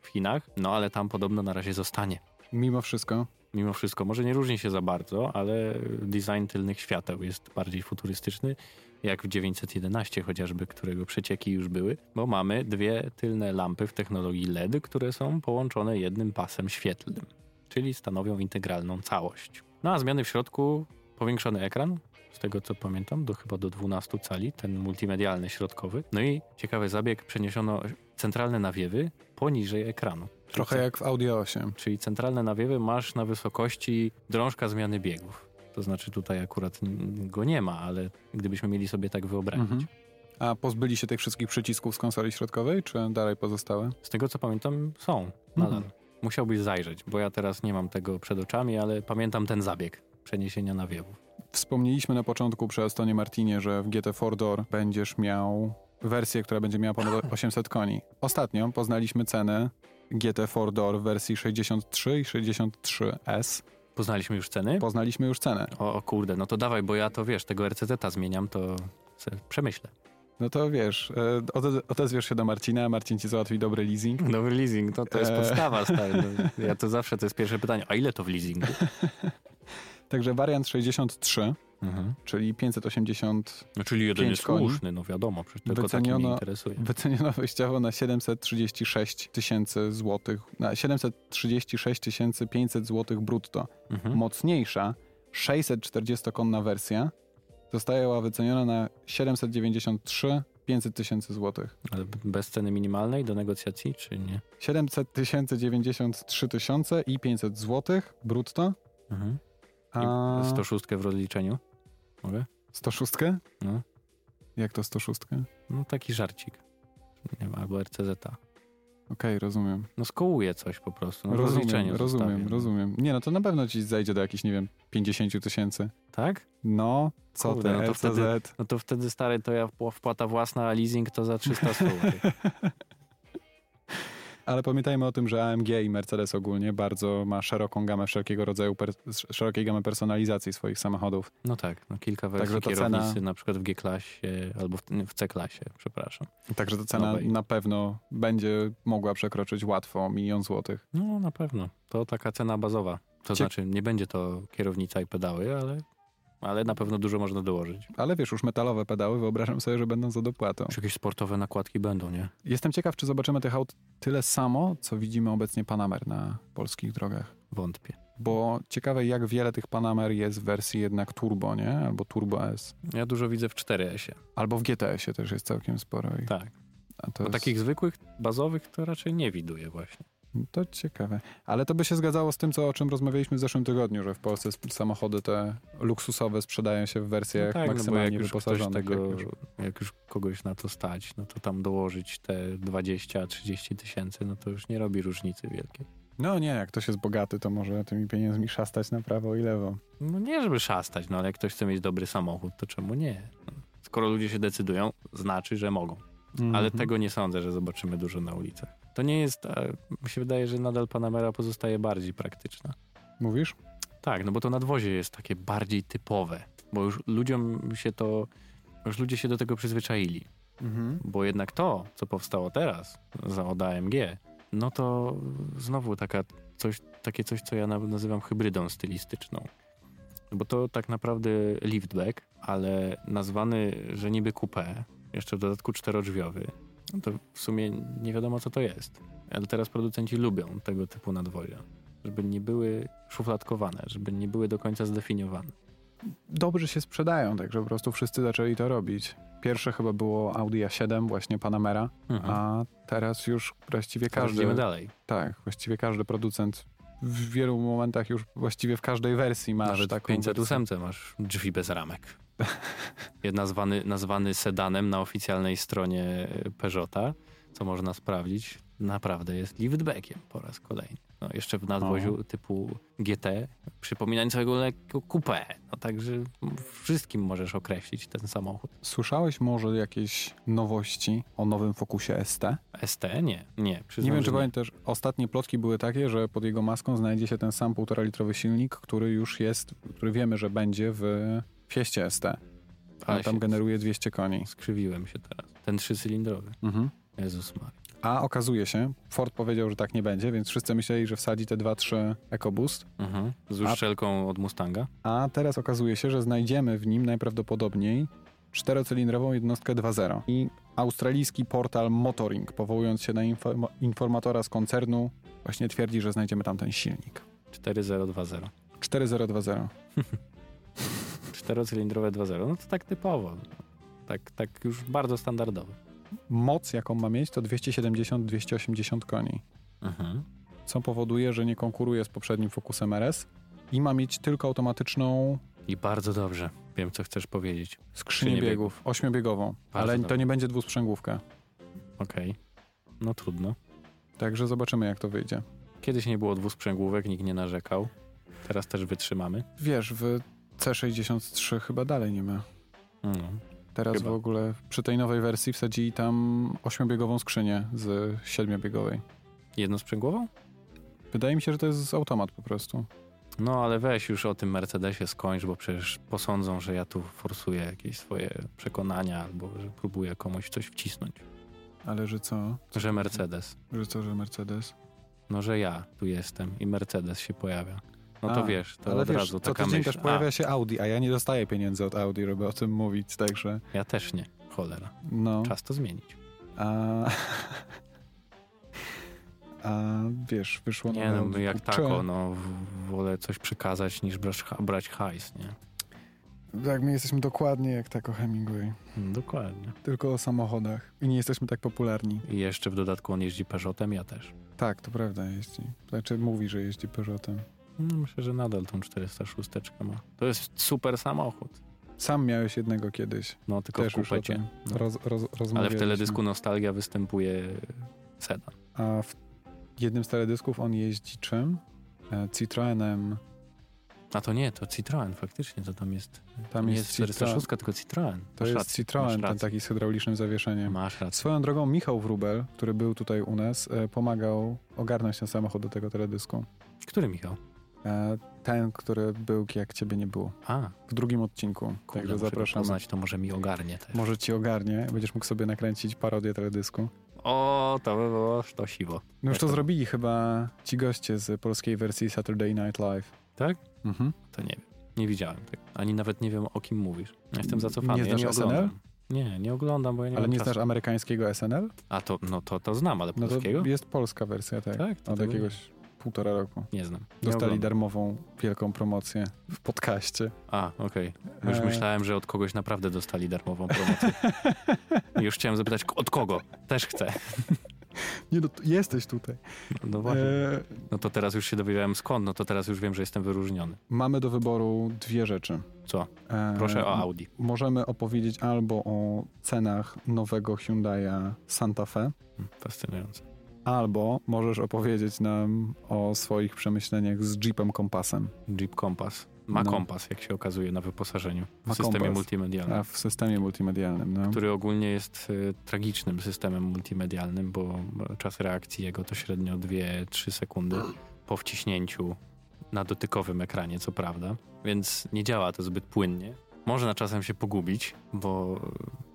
[SPEAKER 2] w Chinach, no ale tam podobno na razie zostanie.
[SPEAKER 1] Mimo wszystko,
[SPEAKER 2] mimo wszystko. Może nie różni się za bardzo, ale design tylnych świateł jest bardziej futurystyczny, jak w 911 chociażby, którego przecieki już były, bo mamy dwie tylne lampy w technologii LED, które są połączone jednym pasem świetlnym, czyli stanowią integralną całość. No a zmiany w środku, powiększony ekran, z tego co pamiętam, do chyba do 12 cali, ten multimedialny środkowy. No i ciekawy zabieg, przeniesiono centralne nawiewy poniżej ekranu. Czyli
[SPEAKER 1] trochę jak w Audi 8.
[SPEAKER 2] czyli centralne nawiewy masz na wysokości drążka zmiany biegów. To znaczy tutaj akurat n- go nie ma, ale gdybyśmy mieli sobie tak wyobrazić.
[SPEAKER 1] Mhm. A pozbyli się tych wszystkich przycisków z konsoli środkowej, czy dalej pozostałe?
[SPEAKER 2] Z tego co pamiętam są nadal. Musiałbyś zajrzeć, bo ja teraz nie mam tego przed oczami, ale pamiętam ten zabieg przeniesienia nawiewów.
[SPEAKER 1] Wspomnieliśmy na początku przy Astonie Martinie, że w GT 4 Door będziesz miał wersję, która będzie miała ponad 800 koni. Ostatnio poznaliśmy cenę GT 4 Door w wersji 63 i 63S.
[SPEAKER 2] Poznaliśmy już ceny?
[SPEAKER 1] Poznaliśmy już cenę.
[SPEAKER 2] O, o kurde, no to dawaj, bo ja to wiesz, tego RCZ-a zmieniam, to se przemyślę.
[SPEAKER 1] No to wiesz, e, ote- odezwiesz się do Marcina, Marcin ci załatwi dobry leasing.
[SPEAKER 2] Dobry leasing, no to, to jest
[SPEAKER 1] Eee.
[SPEAKER 2] podstawa, stary. No, Ja to zawsze, to jest pierwsze pytanie, a ile to w leasingu?
[SPEAKER 1] Także wariant 63,
[SPEAKER 2] Mhm.
[SPEAKER 1] czyli 580,
[SPEAKER 2] No, czyli jeden
[SPEAKER 1] Pięć
[SPEAKER 2] jest
[SPEAKER 1] koni.
[SPEAKER 2] słuszny, no wiadomo, przecież tylko taki mnie
[SPEAKER 1] Wyceniono-
[SPEAKER 2] interesuje.
[SPEAKER 1] wyceniono wyjściowo na 736 tysięcy złotych, na 736 500 złotych brutto.
[SPEAKER 2] Mhm.
[SPEAKER 1] mocniejsza 640-konna wersja została wyceniona na 793 500 tysięcy złotych.
[SPEAKER 2] Ale b- bez ceny minimalnej do negocjacji, czy nie?
[SPEAKER 1] 700 tysięcy 93 tysiące i 500 złotych brutto.
[SPEAKER 2] Mhm.
[SPEAKER 1] A
[SPEAKER 2] 106 w rozliczeniu. Mogę?
[SPEAKER 1] 106?
[SPEAKER 2] No.
[SPEAKER 1] Jak to 106? Okej,
[SPEAKER 2] No taki żarcik. Nie wiem, albo RCZ.
[SPEAKER 1] rozumiem.
[SPEAKER 2] No skołuje coś po prostu. No, w
[SPEAKER 1] rozumiem,
[SPEAKER 2] rozliczeniu
[SPEAKER 1] rozumiem,
[SPEAKER 2] zostawię.
[SPEAKER 1] rozumiem. Nie, no to na pewno ci zajdzie do jakichś, nie wiem, 50 tysięcy.
[SPEAKER 2] Tak?
[SPEAKER 1] No, co
[SPEAKER 2] Kurde,
[SPEAKER 1] ty,
[SPEAKER 2] no to
[SPEAKER 1] LCZ.
[SPEAKER 2] wtedy- No to wtedy stary, to ja wpł- wpłata własna, a leasing to za 300 zł.
[SPEAKER 1] Ale pamiętajmy o tym, że AMG i Mercedes ogólnie bardzo ma szeroką gamę wszelkiego rodzaju, per, szerokiej gamy personalizacji swoich samochodów.
[SPEAKER 2] No tak, no kilka wersji
[SPEAKER 1] Także ta
[SPEAKER 2] kierownicy
[SPEAKER 1] cena-
[SPEAKER 2] na przykład w G-klasie albo w, nie, w C-klasie, przepraszam.
[SPEAKER 1] Także ta cena
[SPEAKER 2] Nowej.
[SPEAKER 1] na pewno będzie mogła przekroczyć łatwo milion złotych.
[SPEAKER 2] No na pewno, to taka cena bazowa. To
[SPEAKER 1] Cie-
[SPEAKER 2] znaczy nie będzie to kierownica i pedały, ale, ale na pewno dużo można dołożyć.
[SPEAKER 1] Ale wiesz, już metalowe pedały wyobrażam sobie, że będą za dopłatą.
[SPEAKER 2] Czy jakieś sportowe nakładki będą, nie?
[SPEAKER 1] Jestem ciekaw, czy zobaczymy tych aut tyle samo, co widzimy obecnie Panamer na polskich drogach.
[SPEAKER 2] Wątpię.
[SPEAKER 1] Bo ciekawe, jak wiele tych Panamer jest w wersji jednak turbo, nie? Albo turbo S.
[SPEAKER 2] Ja dużo widzę w 4S-ie.
[SPEAKER 1] Albo w GTS-ie też jest całkiem sporo. I
[SPEAKER 2] Tak.
[SPEAKER 1] a to
[SPEAKER 2] Bo
[SPEAKER 1] jest-
[SPEAKER 2] takich zwykłych, bazowych to raczej nie widuję właśnie.
[SPEAKER 1] To ciekawe. Ale to by się zgadzało z tym, co, o czym rozmawialiśmy w zeszłym tygodniu, że w Polsce sp- samochody te luksusowe sprzedają się w wersjach
[SPEAKER 2] No tak, no bo jak
[SPEAKER 1] maksymalnie
[SPEAKER 2] już ktoś
[SPEAKER 1] wyposażonych.
[SPEAKER 2] tego,
[SPEAKER 1] jak już-
[SPEAKER 2] jak już kogoś na to stać, no to tam dołożyć te 20-30 tysięcy, no to już nie robi różnicy wielkiej.
[SPEAKER 1] No nie, jak ktoś jest bogaty, to może tymi pieniędzmi szastać na prawo i lewo.
[SPEAKER 2] No nie, żeby szastać, no ale jak ktoś chce mieć dobry samochód, to czemu nie? Skoro ludzie się decydują, znaczy, że mogą. Ale
[SPEAKER 1] Mhm.
[SPEAKER 2] tego nie sądzę, że zobaczymy dużo na ulicach. To nie jest, e, mi się wydaje, że nadal Panamera pozostaje bardziej praktyczna.
[SPEAKER 1] Mówisz?
[SPEAKER 2] Tak, no bo to nadwozie jest takie bardziej typowe, bo już ludziom się to, już ludzie się do tego przyzwyczaili, bo jednak to, co powstało teraz za od AMG, no to znowu taka coś, takie coś, co ja na- nazywam hybrydą stylistyczną. Bo to tak naprawdę liftback, ale nazwany, że niby coupé, jeszcze w dodatku czterodrzwiowy, no to w sumie nie wiadomo, co to jest. Ale teraz producenci lubią tego typu nadwozia żeby nie były szufladkowane, żeby nie były do końca zdefiniowane.
[SPEAKER 1] Dobrze się sprzedają, także po prostu wszyscy zaczęli to robić. Pierwsze chyba było Audi A7, właśnie Panamera,
[SPEAKER 2] A
[SPEAKER 1] a teraz już właściwie Mhm. każdy...
[SPEAKER 2] Idziemy dalej.
[SPEAKER 1] Tak, właściwie każdy producent w wielu momentach już właściwie w każdej wersji ma tak
[SPEAKER 2] Nawet w
[SPEAKER 1] taką
[SPEAKER 2] 508 masz drzwi bez ramek. Jest nazwany, nazwany sedanem na oficjalnej stronie Peugeota, co można sprawdzić, naprawdę jest liftbackiem po raz kolejny. No, jeszcze w nadwoziu typu GT przypomina całego lekko coupé. No także wszystkim możesz określić ten samochód.
[SPEAKER 1] Słyszałeś może jakieś nowości o nowym Focusie ST?
[SPEAKER 2] ST? Nie, nie. Przyznam,
[SPEAKER 1] Nie wiem,
[SPEAKER 2] że
[SPEAKER 1] czy pamiętasz, ostatnie plotki były takie, że pod jego maską znajdzie się ten sam 1,5 litrowy silnik, który już jest, który wiemy, że będzie w Fieście ST.
[SPEAKER 2] Ale
[SPEAKER 1] Ale tam
[SPEAKER 2] się-
[SPEAKER 1] generuje 200 koni.
[SPEAKER 2] Skrzywiłem się teraz. Ten trzycylindrowy. Jezus Maria.
[SPEAKER 1] A okazuje się, Ford powiedział, że tak nie będzie, więc wszyscy myśleli, że wsadzi te 2-3 EcoBoost,
[SPEAKER 2] Mhm. Z
[SPEAKER 1] A-
[SPEAKER 2] uszczelką od Mustanga.
[SPEAKER 1] a teraz okazuje się, że znajdziemy w nim najprawdopodobniej czterocylindrową jednostkę 2.0. I australijski portal Motoring, powołując się na inform- informatora z koncernu, właśnie twierdzi, że znajdziemy tam ten silnik.
[SPEAKER 2] 4020.
[SPEAKER 1] 4020.
[SPEAKER 2] Czterocylindrowe 2.0. No to tak typowo. Tak, tak już bardzo standardowo.
[SPEAKER 1] Moc, jaką ma mieć, to 270-280 koni,
[SPEAKER 2] Mhm.
[SPEAKER 1] co powoduje, że nie konkuruje z poprzednim Focusem RS i ma mieć tylko automatyczną
[SPEAKER 2] I bardzo dobrze. Wiem, co chcesz powiedzieć.
[SPEAKER 1] skrzynię
[SPEAKER 2] Skrzynię
[SPEAKER 1] biegów, ośmiobiegową, ale
[SPEAKER 2] dobrze.
[SPEAKER 1] to nie będzie dwusprzęgówka.
[SPEAKER 2] Okej. No trudno.
[SPEAKER 1] Także zobaczymy, jak to wyjdzie.
[SPEAKER 2] Kiedyś nie było dwusprzęgłówek, nikt nie narzekał. Teraz też wytrzymamy.
[SPEAKER 1] Wiesz, w C63 chyba dalej nie ma.
[SPEAKER 2] No.
[SPEAKER 1] Teraz
[SPEAKER 2] Chyba.
[SPEAKER 1] w ogóle przy tej nowej wersji wsadzili tam ośmiobiegową skrzynię z siedmiobiegowej.
[SPEAKER 2] Jednosprzęgłową?
[SPEAKER 1] Wydaje mi się, że to jest automat po prostu.
[SPEAKER 2] No ale weź już o tym Mercedesie skończ, bo przecież posądzą, że ja tu forsuję jakieś swoje przekonania albo że próbuję komuś coś wcisnąć.
[SPEAKER 1] Ale że co?
[SPEAKER 2] Że Mercedes.
[SPEAKER 1] Że co, że Mercedes?
[SPEAKER 2] No, że ja tu jestem i Mercedes się pojawia. No to
[SPEAKER 1] A,
[SPEAKER 2] wiesz, to
[SPEAKER 1] ale
[SPEAKER 2] od
[SPEAKER 1] wiesz, co
[SPEAKER 2] razu taka
[SPEAKER 1] tydzień
[SPEAKER 2] myśl.
[SPEAKER 1] też pojawia się Audi, a ja nie dostaję pieniędzy od Audi, żeby o tym mówić, także
[SPEAKER 2] A, ja też nie. Cholera.
[SPEAKER 1] no.
[SPEAKER 2] Czas to zmienić.
[SPEAKER 1] A, a wiesz, wyszło
[SPEAKER 2] Nie
[SPEAKER 1] na
[SPEAKER 2] no,
[SPEAKER 1] Audi.
[SPEAKER 2] jak
[SPEAKER 1] Kurczę,
[SPEAKER 2] tako, no w- wolę coś przekazać niż brać, ha- brać hajs, nie?
[SPEAKER 1] Tak, my jesteśmy dokładnie jak tako Hemingway,
[SPEAKER 2] Mm, Dokładnie.
[SPEAKER 1] tylko o samochodach i nie jesteśmy tak popularni.
[SPEAKER 2] I jeszcze w dodatku on jeździ Peugeotem, ja też.
[SPEAKER 1] Tak, to prawda jeździ. Znaczy mówi, że jeździ Peugeotem.
[SPEAKER 2] No, myślę, że nadal tą 406 ma. To jest super samochód.
[SPEAKER 1] Sam miałeś jednego kiedyś,
[SPEAKER 2] No, tylko
[SPEAKER 1] też
[SPEAKER 2] w
[SPEAKER 1] już o
[SPEAKER 2] kupecie.
[SPEAKER 1] tym
[SPEAKER 2] No.
[SPEAKER 1] roz, roz,
[SPEAKER 2] Ale
[SPEAKER 1] rozmawialiśmy.
[SPEAKER 2] w teledysku Nostalgia występuje sedan.
[SPEAKER 1] A w jednym z teledysków on jeździ czym? E, Citroenem
[SPEAKER 2] A to nie, to Citroen faktycznie, to tam jest.
[SPEAKER 1] Tam
[SPEAKER 2] nie
[SPEAKER 1] jest,
[SPEAKER 2] jest 406, tylko Citroen.
[SPEAKER 1] To
[SPEAKER 2] Masz
[SPEAKER 1] jest
[SPEAKER 2] rację,
[SPEAKER 1] Citroen,
[SPEAKER 2] masz
[SPEAKER 1] ten
[SPEAKER 2] rację.
[SPEAKER 1] taki z hydraulicznym zawieszeniem.
[SPEAKER 2] Masz rację.
[SPEAKER 1] Swoją drogą Michał Wrubel, który był tutaj u nas, e, pomagał ogarnąć ten samochód do tego teledysku.
[SPEAKER 2] Który Michał?
[SPEAKER 1] E, Ten, który był, jak ciebie nie było.
[SPEAKER 2] A,
[SPEAKER 1] W drugim odcinku,
[SPEAKER 2] kurde,
[SPEAKER 1] także
[SPEAKER 2] muszę go
[SPEAKER 1] zapraszamy.
[SPEAKER 2] Poznać, to może mi ogarnie też.
[SPEAKER 1] Może ci ogarnie, będziesz mógł sobie nakręcić parodię teledysku.
[SPEAKER 2] O, to by było to siwo.
[SPEAKER 1] No już
[SPEAKER 2] Tak.
[SPEAKER 1] to zrobili chyba ci goście z polskiej wersji Saturday Night Live.
[SPEAKER 2] Tak?
[SPEAKER 1] Mhm.
[SPEAKER 2] To nie wiem. Nie widziałem tego. Ani nawet nie wiem, o kim mówisz. Ja Jestem zacofany.
[SPEAKER 1] Nie
[SPEAKER 2] ja nie
[SPEAKER 1] znasz SNL?
[SPEAKER 2] oglądam. Nie, nie oglądam, bo ja nie
[SPEAKER 1] Ale
[SPEAKER 2] mam
[SPEAKER 1] nie
[SPEAKER 2] czasu.
[SPEAKER 1] znasz amerykańskiego SNL?
[SPEAKER 2] A to, no to, to znam, ale
[SPEAKER 1] No to
[SPEAKER 2] polskiego?
[SPEAKER 1] jest polska wersja, tak.
[SPEAKER 2] tak, to
[SPEAKER 1] Od
[SPEAKER 2] tego
[SPEAKER 1] jakiegoś półtora roku.
[SPEAKER 2] Nie znam. Nie
[SPEAKER 1] Dostali
[SPEAKER 2] oglądam.
[SPEAKER 1] darmową, wielką promocję w podcaście.
[SPEAKER 2] A, okej. Już
[SPEAKER 1] E.
[SPEAKER 2] myślałem, że od kogoś naprawdę dostali darmową promocję. Już chciałem zapytać, od kogo? Też chcę.
[SPEAKER 1] Nie, no, to jesteś tutaj.
[SPEAKER 2] No właśnie.
[SPEAKER 1] E,
[SPEAKER 2] No to teraz już się dowiedziałem skąd, no to teraz już wiem, że jestem wyróżniony.
[SPEAKER 1] mamy do wyboru dwie rzeczy.
[SPEAKER 2] Co?
[SPEAKER 1] E,
[SPEAKER 2] Proszę o Audi.
[SPEAKER 1] Możemy opowiedzieć albo o cenach nowego Hyundai'a Santa Fe,
[SPEAKER 2] Hmm, Fascynujące.
[SPEAKER 1] albo możesz opowiedzieć nam o swoich przemyśleniach z Jeepem Kompasem.
[SPEAKER 2] Jeep Compass. Ma
[SPEAKER 1] No.
[SPEAKER 2] kompas, jak się okazuje, na wyposażeniu. W
[SPEAKER 1] Ma Tak.
[SPEAKER 2] systemie
[SPEAKER 1] kompas.
[SPEAKER 2] multimedialnym.
[SPEAKER 1] A w systemie multimedialnym, no.
[SPEAKER 2] który ogólnie jest y, tragicznym systemem multimedialnym, bo e, czas reakcji jego to średnio 2-3 sekundy po wciśnięciu na dotykowym ekranie, co prawda, więc nie działa to zbyt płynnie. Można czasem się pogubić, bo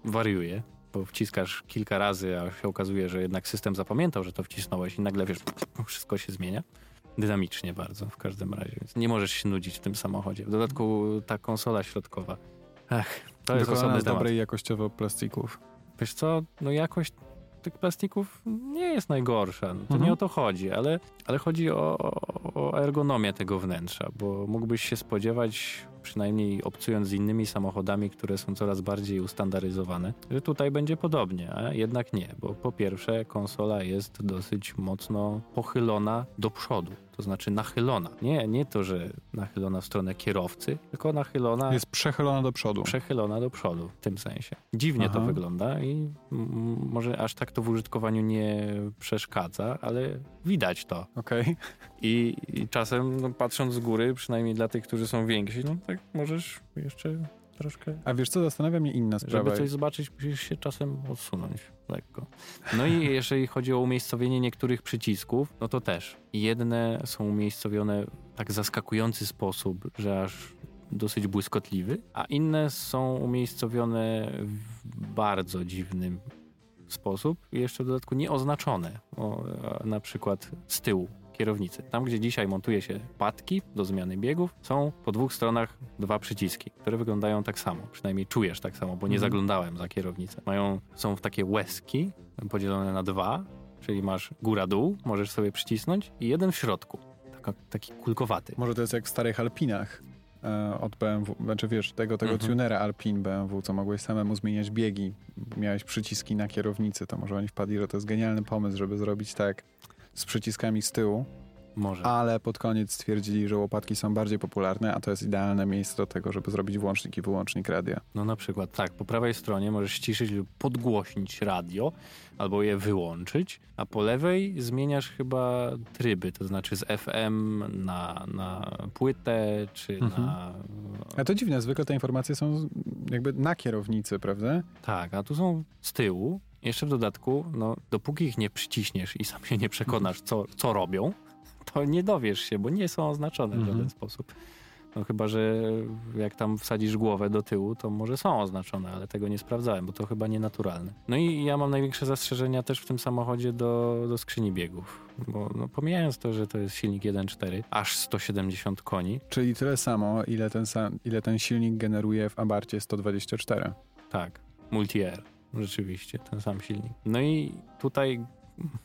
[SPEAKER 2] y, wariuje, bo wciskasz kilka razy, a się okazuje, że jednak system zapamiętał, że to wcisnąłeś i nagle wiesz, wszystko się zmienia. Dynamicznie bardzo w każdym razie, więc nie możesz się nudzić w tym samochodzie. W dodatku ta konsola środkowa. Ach, to jest
[SPEAKER 1] Wykonana
[SPEAKER 2] osobny
[SPEAKER 1] z
[SPEAKER 2] temat.
[SPEAKER 1] dobrej jakościowo plastików.
[SPEAKER 2] Wiesz co, no jakość tych plastików nie jest najgorsza. No To
[SPEAKER 1] Mhm.
[SPEAKER 2] nie o to chodzi, ale, ale chodzi o, o- o ergonomię tego wnętrza, bo mógłbyś się spodziewać, przynajmniej obcując z innymi samochodami, które są coraz bardziej ustandaryzowane, że tutaj będzie podobnie, a jednak nie, bo po pierwsze konsola jest dosyć mocno pochylona do przodu, to znaczy nachylona. Nie, nie to, że nachylona w stronę kierowcy, tylko nachylona
[SPEAKER 1] Jest przechylona do przodu.
[SPEAKER 2] przechylona do przodu w tym sensie. Dziwnie to
[SPEAKER 1] Aha.
[SPEAKER 2] wygląda i m- m- może aż tak to w użytkowaniu nie przeszkadza, ale widać to.
[SPEAKER 1] Okej.
[SPEAKER 2] I, i czasem no, patrząc z góry, przynajmniej dla tych, którzy są więksi, no tak możesz jeszcze troszkę.
[SPEAKER 1] A wiesz co, zastanawia mnie inna sprawa.
[SPEAKER 2] Żeby coś zobaczyć, musisz się czasem odsunąć lekko. No i jeżeli chodzi o umiejscowienie niektórych przycisków, no to też. Jedne są umiejscowione w tak zaskakujący sposób, że aż dosyć błyskotliwy, a inne są umiejscowione w bardzo dziwnym sposób i jeszcze w dodatku nieoznaczone, o, e, na przykład z tyłu kierownicy. Tam, gdzie dzisiaj montuje się patki do zmiany biegów, są po dwóch stronach dwa przyciski, które wyglądają tak samo, przynajmniej czujesz tak samo, bo nie
[SPEAKER 1] Mhm.
[SPEAKER 2] zaglądałem za kierownicę. Mają, są w takie łezki podzielone na dwa, czyli masz góra-dół, możesz sobie przycisnąć i jeden w środku, taka, taki kulkowaty.
[SPEAKER 1] Może to jest jak w starych Alpinach e, od BMW, znaczy wiesz, tego, tego
[SPEAKER 2] Mhm.
[SPEAKER 1] tunera Alpin BMW, co mogłeś samemu zmieniać biegi, miałeś przyciski na kierownicy, to może oni wpadli, że to jest genialny pomysł, żeby zrobić tak z przyciskami z tyłu,
[SPEAKER 2] Może.
[SPEAKER 1] ale pod koniec stwierdzili, że łopatki są bardziej popularne, a to jest idealne miejsce do tego, żeby zrobić włącznik i wyłącznik radia.
[SPEAKER 2] No na przykład tak, po prawej stronie możesz ściszyć lub podgłośnić radio, albo je wyłączyć, a po lewej zmieniasz chyba tryby, to znaczy z FM na, na płytę, czy
[SPEAKER 1] Mhm.
[SPEAKER 2] na...
[SPEAKER 1] A to dziwne, zwykle te informacje są z- jakby na kierownicy, prawda?
[SPEAKER 2] Tak, a tu są z tyłu. Jeszcze w dodatku, no dopóki ich nie przyciśniesz i sam się nie przekonasz, co, co robią, to nie dowiesz się, bo nie są oznaczone w
[SPEAKER 1] Mhm.
[SPEAKER 2] żaden sposób. No chyba, że jak tam wsadzisz głowę do tyłu, to może są oznaczone, ale tego nie sprawdzałem, bo to chyba nienaturalne. No i ja mam największe zastrzeżenia też w tym samochodzie do, do skrzyni biegów, bo no, pomijając to, że to jest silnik 1.4, aż 170 koni,
[SPEAKER 1] Czyli tyle samo, ile ten, sam, ile ten silnik generuje w Abarcie 124.
[SPEAKER 2] Tak, Multi-Air. Rzeczywiście, ten sam silnik. No i tutaj,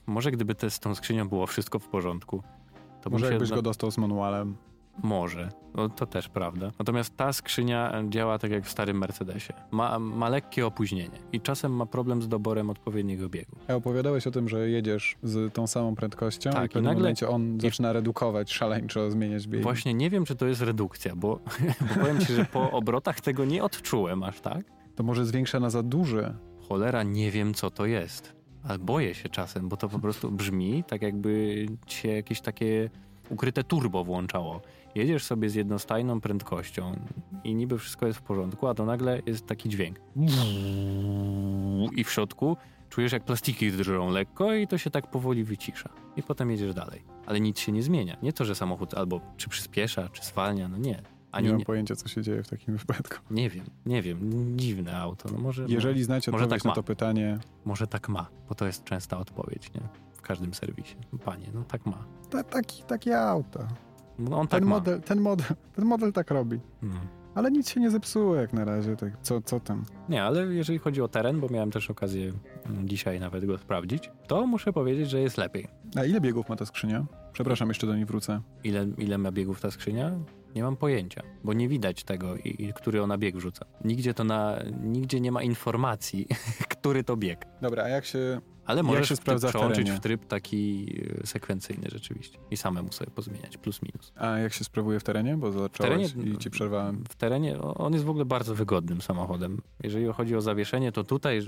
[SPEAKER 2] może gdyby te, z tą skrzynią było wszystko w porządku, to bym
[SPEAKER 1] Może
[SPEAKER 2] się
[SPEAKER 1] jakbyś
[SPEAKER 2] na-
[SPEAKER 1] go dostał z manualem.
[SPEAKER 2] Może, no, to też prawda. Natomiast ta skrzynia działa tak jak w starym Mercedesie. Ma, ma lekkie opóźnienie i czasem ma problem z doborem odpowiedniego biegu.
[SPEAKER 1] A E, opowiadałeś o tym, że jedziesz z tą samą prędkością
[SPEAKER 2] Tak,
[SPEAKER 1] i
[SPEAKER 2] i
[SPEAKER 1] w pewnym
[SPEAKER 2] nagle-
[SPEAKER 1] momencie on zaczyna redukować szaleńczo, zmieniać bieg.
[SPEAKER 2] Właśnie nie wiem, czy to jest redukcja, bo, bo powiem ci, że po obrotach tego nie odczułem aż tak.
[SPEAKER 1] To może zwiększa na za duży.
[SPEAKER 2] Cholera, nie wiem, co to jest. Ale boję się czasem, bo to po prostu brzmi tak, jakby cię jakieś takie ukryte turbo włączało. Jedziesz sobie z jednostajną prędkością i niby wszystko jest w porządku, a to nagle jest taki dźwięk. I w środku czujesz jak plastiki drżą lekko i to się tak powoli wycisza. I potem jedziesz dalej. Ale nic się nie zmienia. Nie to, że samochód albo czy przyspiesza, czy zwalnia, no nie. Ani
[SPEAKER 1] nie mam
[SPEAKER 2] nie,
[SPEAKER 1] pojęcia, co się dzieje w takim wypadku.
[SPEAKER 2] nie wiem, nie wiem. Dziwne auto. No może,
[SPEAKER 1] Jeżeli znacie
[SPEAKER 2] Może
[SPEAKER 1] odpowiedź
[SPEAKER 2] tak
[SPEAKER 1] na
[SPEAKER 2] ma.
[SPEAKER 1] to pytanie,
[SPEAKER 2] może tak ma, bo to jest częsta odpowiedź, nie? W każdym serwisie. Panie, no tak ma.
[SPEAKER 1] ta, taki, takie auta.
[SPEAKER 2] No on
[SPEAKER 1] Ten,
[SPEAKER 2] tak
[SPEAKER 1] model, ten, model, ten model tak robi.
[SPEAKER 2] ma. Mm.
[SPEAKER 1] Ale nic się nie zepsuło jak na razie. Tak, co, co tam?
[SPEAKER 2] Nie, ale jeżeli chodzi o teren, bo miałem też okazję mm, dzisiaj nawet go sprawdzić, to muszę powiedzieć, że jest lepiej.
[SPEAKER 1] A ile biegów ma ta skrzynia? Przepraszam, jeszcze do niej wrócę.
[SPEAKER 2] Ile, ile ma biegów ta skrzynia? Nie mam pojęcia, bo nie widać tego, i, i który ona bieg wrzuca. Nigdzie to na, nigdzie nie ma informacji, który to bieg.
[SPEAKER 1] Dobra, a jak się...
[SPEAKER 2] Ale możesz
[SPEAKER 1] się
[SPEAKER 2] w tryb
[SPEAKER 1] sprawdza w
[SPEAKER 2] przełączyć
[SPEAKER 1] terenie?
[SPEAKER 2] w tryb taki y, sekwencyjny rzeczywiście i samemu sobie pozmieniać, plus minus.
[SPEAKER 1] A jak się sprawuje w terenie? Bo zacząłeś
[SPEAKER 2] terenie-
[SPEAKER 1] i ci przerwałem.
[SPEAKER 2] W terenie o- on jest w ogóle bardzo wygodnym samochodem. Jeżeli chodzi o zawieszenie, to tutaj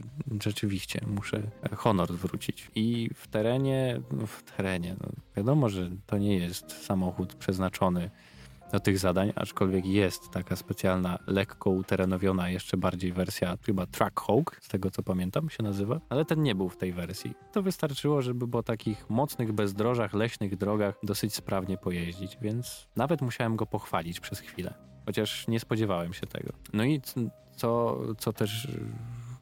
[SPEAKER 2] rzeczywiście muszę e, honor zwrócić. I w terenie, no w terenie, no wiadomo, że to nie jest samochód przeznaczony do tych zadań, aczkolwiek jest taka specjalna, lekko uterenowiona jeszcze bardziej wersja, chyba Trackhawk, z tego co pamiętam się nazywa, ale ten nie był w tej wersji. To wystarczyło, żeby po takich mocnych bezdrożach, leśnych drogach dosyć sprawnie pojeździć, więc nawet musiałem go pochwalić przez chwilę, chociaż nie spodziewałem się tego. No i c- co, co też y,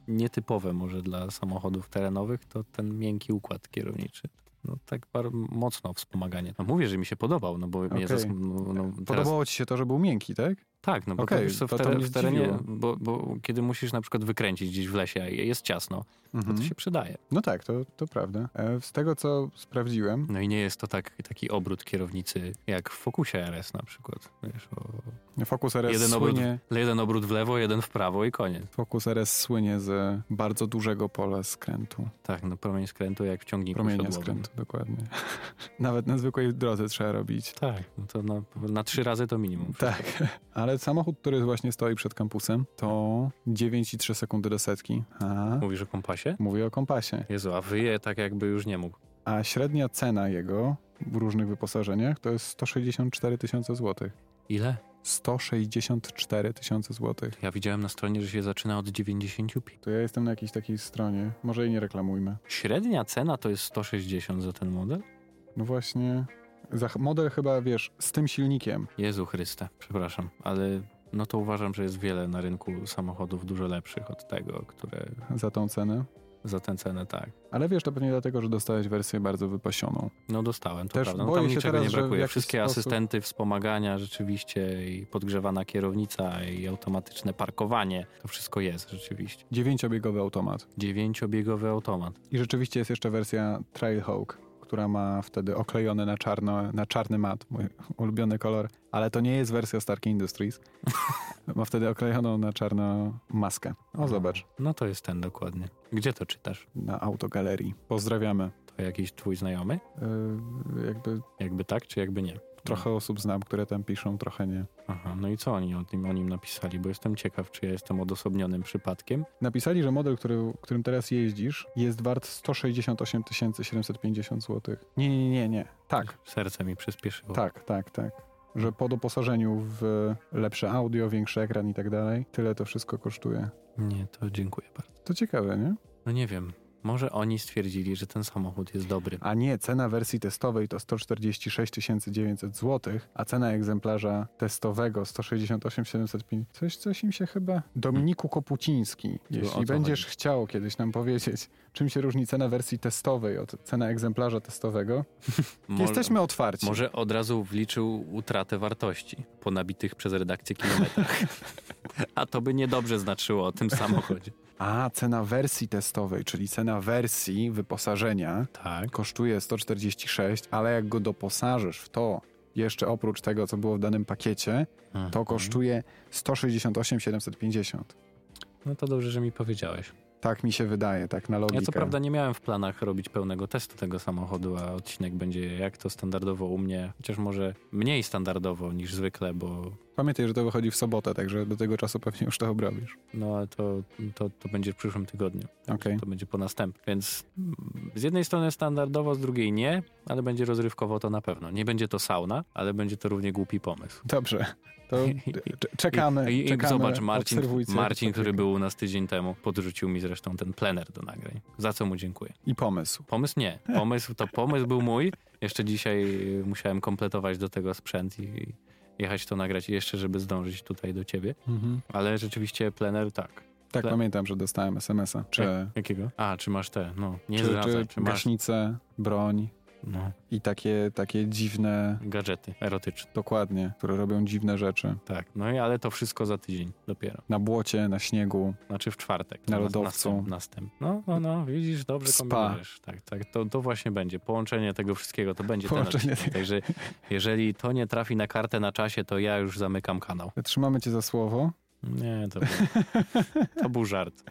[SPEAKER 2] nietypowe może dla samochodów terenowych, to ten miękki układ kierowniczy. No tak bar- mocno wspomaganie. No, mówię, że mi się podobał, no bo mnie
[SPEAKER 1] Okej.
[SPEAKER 2] zas- no, no, teraz
[SPEAKER 1] Podobało ci się to, że był miękki, tak?
[SPEAKER 2] tak, no bo
[SPEAKER 1] Okej,
[SPEAKER 2] to, wiesz co, w,
[SPEAKER 1] to- to
[SPEAKER 2] tere-
[SPEAKER 1] mnie
[SPEAKER 2] w terenie,
[SPEAKER 1] zdziwiło.
[SPEAKER 2] bo, bo kiedy musisz na przykład wykręcić gdzieś w lesie, a jest ciasno, to,
[SPEAKER 1] Mhm.
[SPEAKER 2] to się przydaje.
[SPEAKER 1] No tak, to, to prawda. E, Z tego, co sprawdziłem,
[SPEAKER 2] No i nie jest to tak, taki obrót kierownicy jak w Focusie RS na przykład. Wiesz, o,
[SPEAKER 1] Focus RS
[SPEAKER 2] Jeden obrót.
[SPEAKER 1] słynie...
[SPEAKER 2] jeden obrót w lewo, jeden w prawo i koniec.
[SPEAKER 1] Focus RS słynie z bardzo dużego pola skrętu.
[SPEAKER 2] Tak, no promień skrętu jak w ciągniku
[SPEAKER 1] Promienia
[SPEAKER 2] siodłowym.
[SPEAKER 1] skrętu, dokładnie. Nawet na zwykłej drodze trzeba robić.
[SPEAKER 2] Tak, no to na, na trzy razy to minimum.
[SPEAKER 1] Tak, ale samochód, który właśnie stoi przed kampusem, to 9,3 sekundy do setki. A,
[SPEAKER 2] Mówisz o kompasie?
[SPEAKER 1] mówię o kompasie.
[SPEAKER 2] Jezu, a wyje tak jakby już nie mógł.
[SPEAKER 1] A średnia cena jego w różnych wyposażeniach to jest 164 tysiące złotych.
[SPEAKER 2] Ile?
[SPEAKER 1] 164 tysiące złotych.
[SPEAKER 2] Ja widziałem na stronie, że się zaczyna od 95.
[SPEAKER 1] To ja jestem na jakiejś takiej stronie. Może jej nie reklamujmy.
[SPEAKER 2] Średnia cena to jest 160 za ten model?
[SPEAKER 1] No właśnie, za model chyba, wiesz, z tym silnikiem.
[SPEAKER 2] Jezu Chryste, przepraszam, ale no to uważam, że jest wiele na rynku samochodów dużo lepszych od tego, które
[SPEAKER 1] za tą cenę.
[SPEAKER 2] za tę cenę tak.
[SPEAKER 1] Ale wiesz, to pewnie dlatego, że dostałeś wersję bardzo wypasioną.
[SPEAKER 2] No dostałem, to
[SPEAKER 1] Też
[SPEAKER 2] prawda. No
[SPEAKER 1] boję
[SPEAKER 2] tam
[SPEAKER 1] się
[SPEAKER 2] niczego
[SPEAKER 1] teraz,
[SPEAKER 2] nie
[SPEAKER 1] że w
[SPEAKER 2] brakuje.
[SPEAKER 1] jakiś
[SPEAKER 2] Wszystkie
[SPEAKER 1] sposób-
[SPEAKER 2] asystenty wspomagania rzeczywiście i podgrzewana kierownica i automatyczne parkowanie. To wszystko jest rzeczywiście.
[SPEAKER 1] Dziewięciobiegowy automat.
[SPEAKER 2] Dziewięciobiegowy automat.
[SPEAKER 1] I rzeczywiście jest jeszcze wersja Trailhawk, która ma wtedy oklejone na czarno, na czarny mat, mój ulubiony kolor, ale to nie jest wersja Stark Industries. ma wtedy oklejoną na czarno maskę. O, zobacz,
[SPEAKER 2] No to jest ten dokładnie. Gdzie to czytasz?
[SPEAKER 1] na autogalerii. Pozdrawiamy.
[SPEAKER 2] To jakiś twój znajomy?
[SPEAKER 1] Yy, jakby
[SPEAKER 2] Jakby tak, czy jakby nie?
[SPEAKER 1] trochę osób znam, które tam piszą, trochę nie.
[SPEAKER 2] Aha, no i co oni o, tym, o nim napisali? Bo jestem ciekaw, czy ja jestem odosobnionym przypadkiem.
[SPEAKER 1] Napisali, że model, który, którym teraz jeździsz, jest wart 168 750 zł. Nie, nie, nie, nie. Tak,
[SPEAKER 2] Serce mi przyspieszyło.
[SPEAKER 1] Tak, tak, tak. Że po doposażeniu w lepsze audio, większy ekran i tak dalej, tyle to wszystko kosztuje.
[SPEAKER 2] Nie, to dziękuję bardzo.
[SPEAKER 1] To ciekawe, nie?
[SPEAKER 2] No nie wiem, może oni stwierdzili, że ten samochód jest dobry.
[SPEAKER 1] A nie, cena wersji testowej to 146 900 zł, a cena egzemplarza testowego 168 705. Coś, coś im się chyba... Dominiku Kopuciński,
[SPEAKER 2] o
[SPEAKER 1] jeśli
[SPEAKER 2] co
[SPEAKER 1] będziesz chciał kiedyś nam powiedzieć, czym się różni cena wersji testowej od cena egzemplarza testowego,
[SPEAKER 2] Mo-
[SPEAKER 1] jesteśmy otwarci.
[SPEAKER 2] Może od razu wliczył utratę wartości po nabitych przez redakcję kilometrach. A to by niedobrze znaczyło o tym samochodzie.
[SPEAKER 1] A, cena wersji testowej, czyli cena wersji wyposażenia
[SPEAKER 2] Tak.
[SPEAKER 1] kosztuje 146, ale jak go doposażysz w to, jeszcze oprócz tego, co było w danym pakiecie,
[SPEAKER 2] Mhm.
[SPEAKER 1] to kosztuje 168 750.
[SPEAKER 2] No to dobrze, że mi powiedziałeś.
[SPEAKER 1] Tak mi się wydaje, tak na logikę.
[SPEAKER 2] Ja co prawda nie miałem w planach robić pełnego testu tego samochodu, a odcinek będzie jak to standardowo u mnie, chociaż może mniej standardowo niż zwykle, bo
[SPEAKER 1] Pamiętaj, że to wychodzi w sobotę, także do tego czasu pewnie już to obrobisz.
[SPEAKER 2] No ale to, to, to będzie w przyszłym tygodniu.
[SPEAKER 1] Okej.
[SPEAKER 2] To będzie po następnym. Więc mm, z jednej strony standardowo, z drugiej nie, ale będzie rozrywkowo to na pewno. Nie będzie to sauna, ale będzie to równie głupi pomysł.
[SPEAKER 1] Dobrze. To c- czekamy.
[SPEAKER 2] I, i
[SPEAKER 1] czekamy.
[SPEAKER 2] zobacz, Marcin,
[SPEAKER 1] obserwujcie.
[SPEAKER 2] Marcin, który był u nas tydzień temu, podrzucił mi zresztą ten plener do nagrań. Za co mu dziękuję.
[SPEAKER 1] I pomysł.
[SPEAKER 2] Pomysł nie.
[SPEAKER 1] Tak.
[SPEAKER 2] Pomysł to pomysł był mój. Jeszcze dzisiaj y, musiałem kompletować do tego sprzęt i i jechać to nagrać jeszcze, żeby zdążyć tutaj do ciebie. Ale rzeczywiście plener Mhm. tak.
[SPEAKER 1] Tak,
[SPEAKER 2] Tle-
[SPEAKER 1] pamiętam, że dostałem SMS-a. Czy,
[SPEAKER 2] Jakiego? A, czy masz te? No, nie
[SPEAKER 1] czy,
[SPEAKER 2] zdradzaj. Czy,
[SPEAKER 1] czy
[SPEAKER 2] masz
[SPEAKER 1] gaśnicę, broń
[SPEAKER 2] no,
[SPEAKER 1] i takie, takie dziwne,
[SPEAKER 2] gadżety erotyczne.
[SPEAKER 1] dokładnie, które robią dziwne rzeczy.
[SPEAKER 2] Tak. No i ale to wszystko za tydzień dopiero.
[SPEAKER 1] Na błocie, na śniegu.
[SPEAKER 2] Znaczy w czwartek.
[SPEAKER 1] Na
[SPEAKER 2] No,
[SPEAKER 1] lodowcu.
[SPEAKER 2] następ- Następ. No, no, no, widzisz, dobrze
[SPEAKER 1] Spa.
[SPEAKER 2] kombinujesz. Tak, tak. To, to właśnie będzie. Połączenie tego wszystkiego to będzie ten
[SPEAKER 1] Połączenie
[SPEAKER 2] odcinek.
[SPEAKER 1] tego.
[SPEAKER 2] Także jeżeli to nie trafi na kartę na czasie, to ja już zamykam kanał.
[SPEAKER 1] Trzymamy cię za słowo.
[SPEAKER 2] Nie, to, był- to był żart.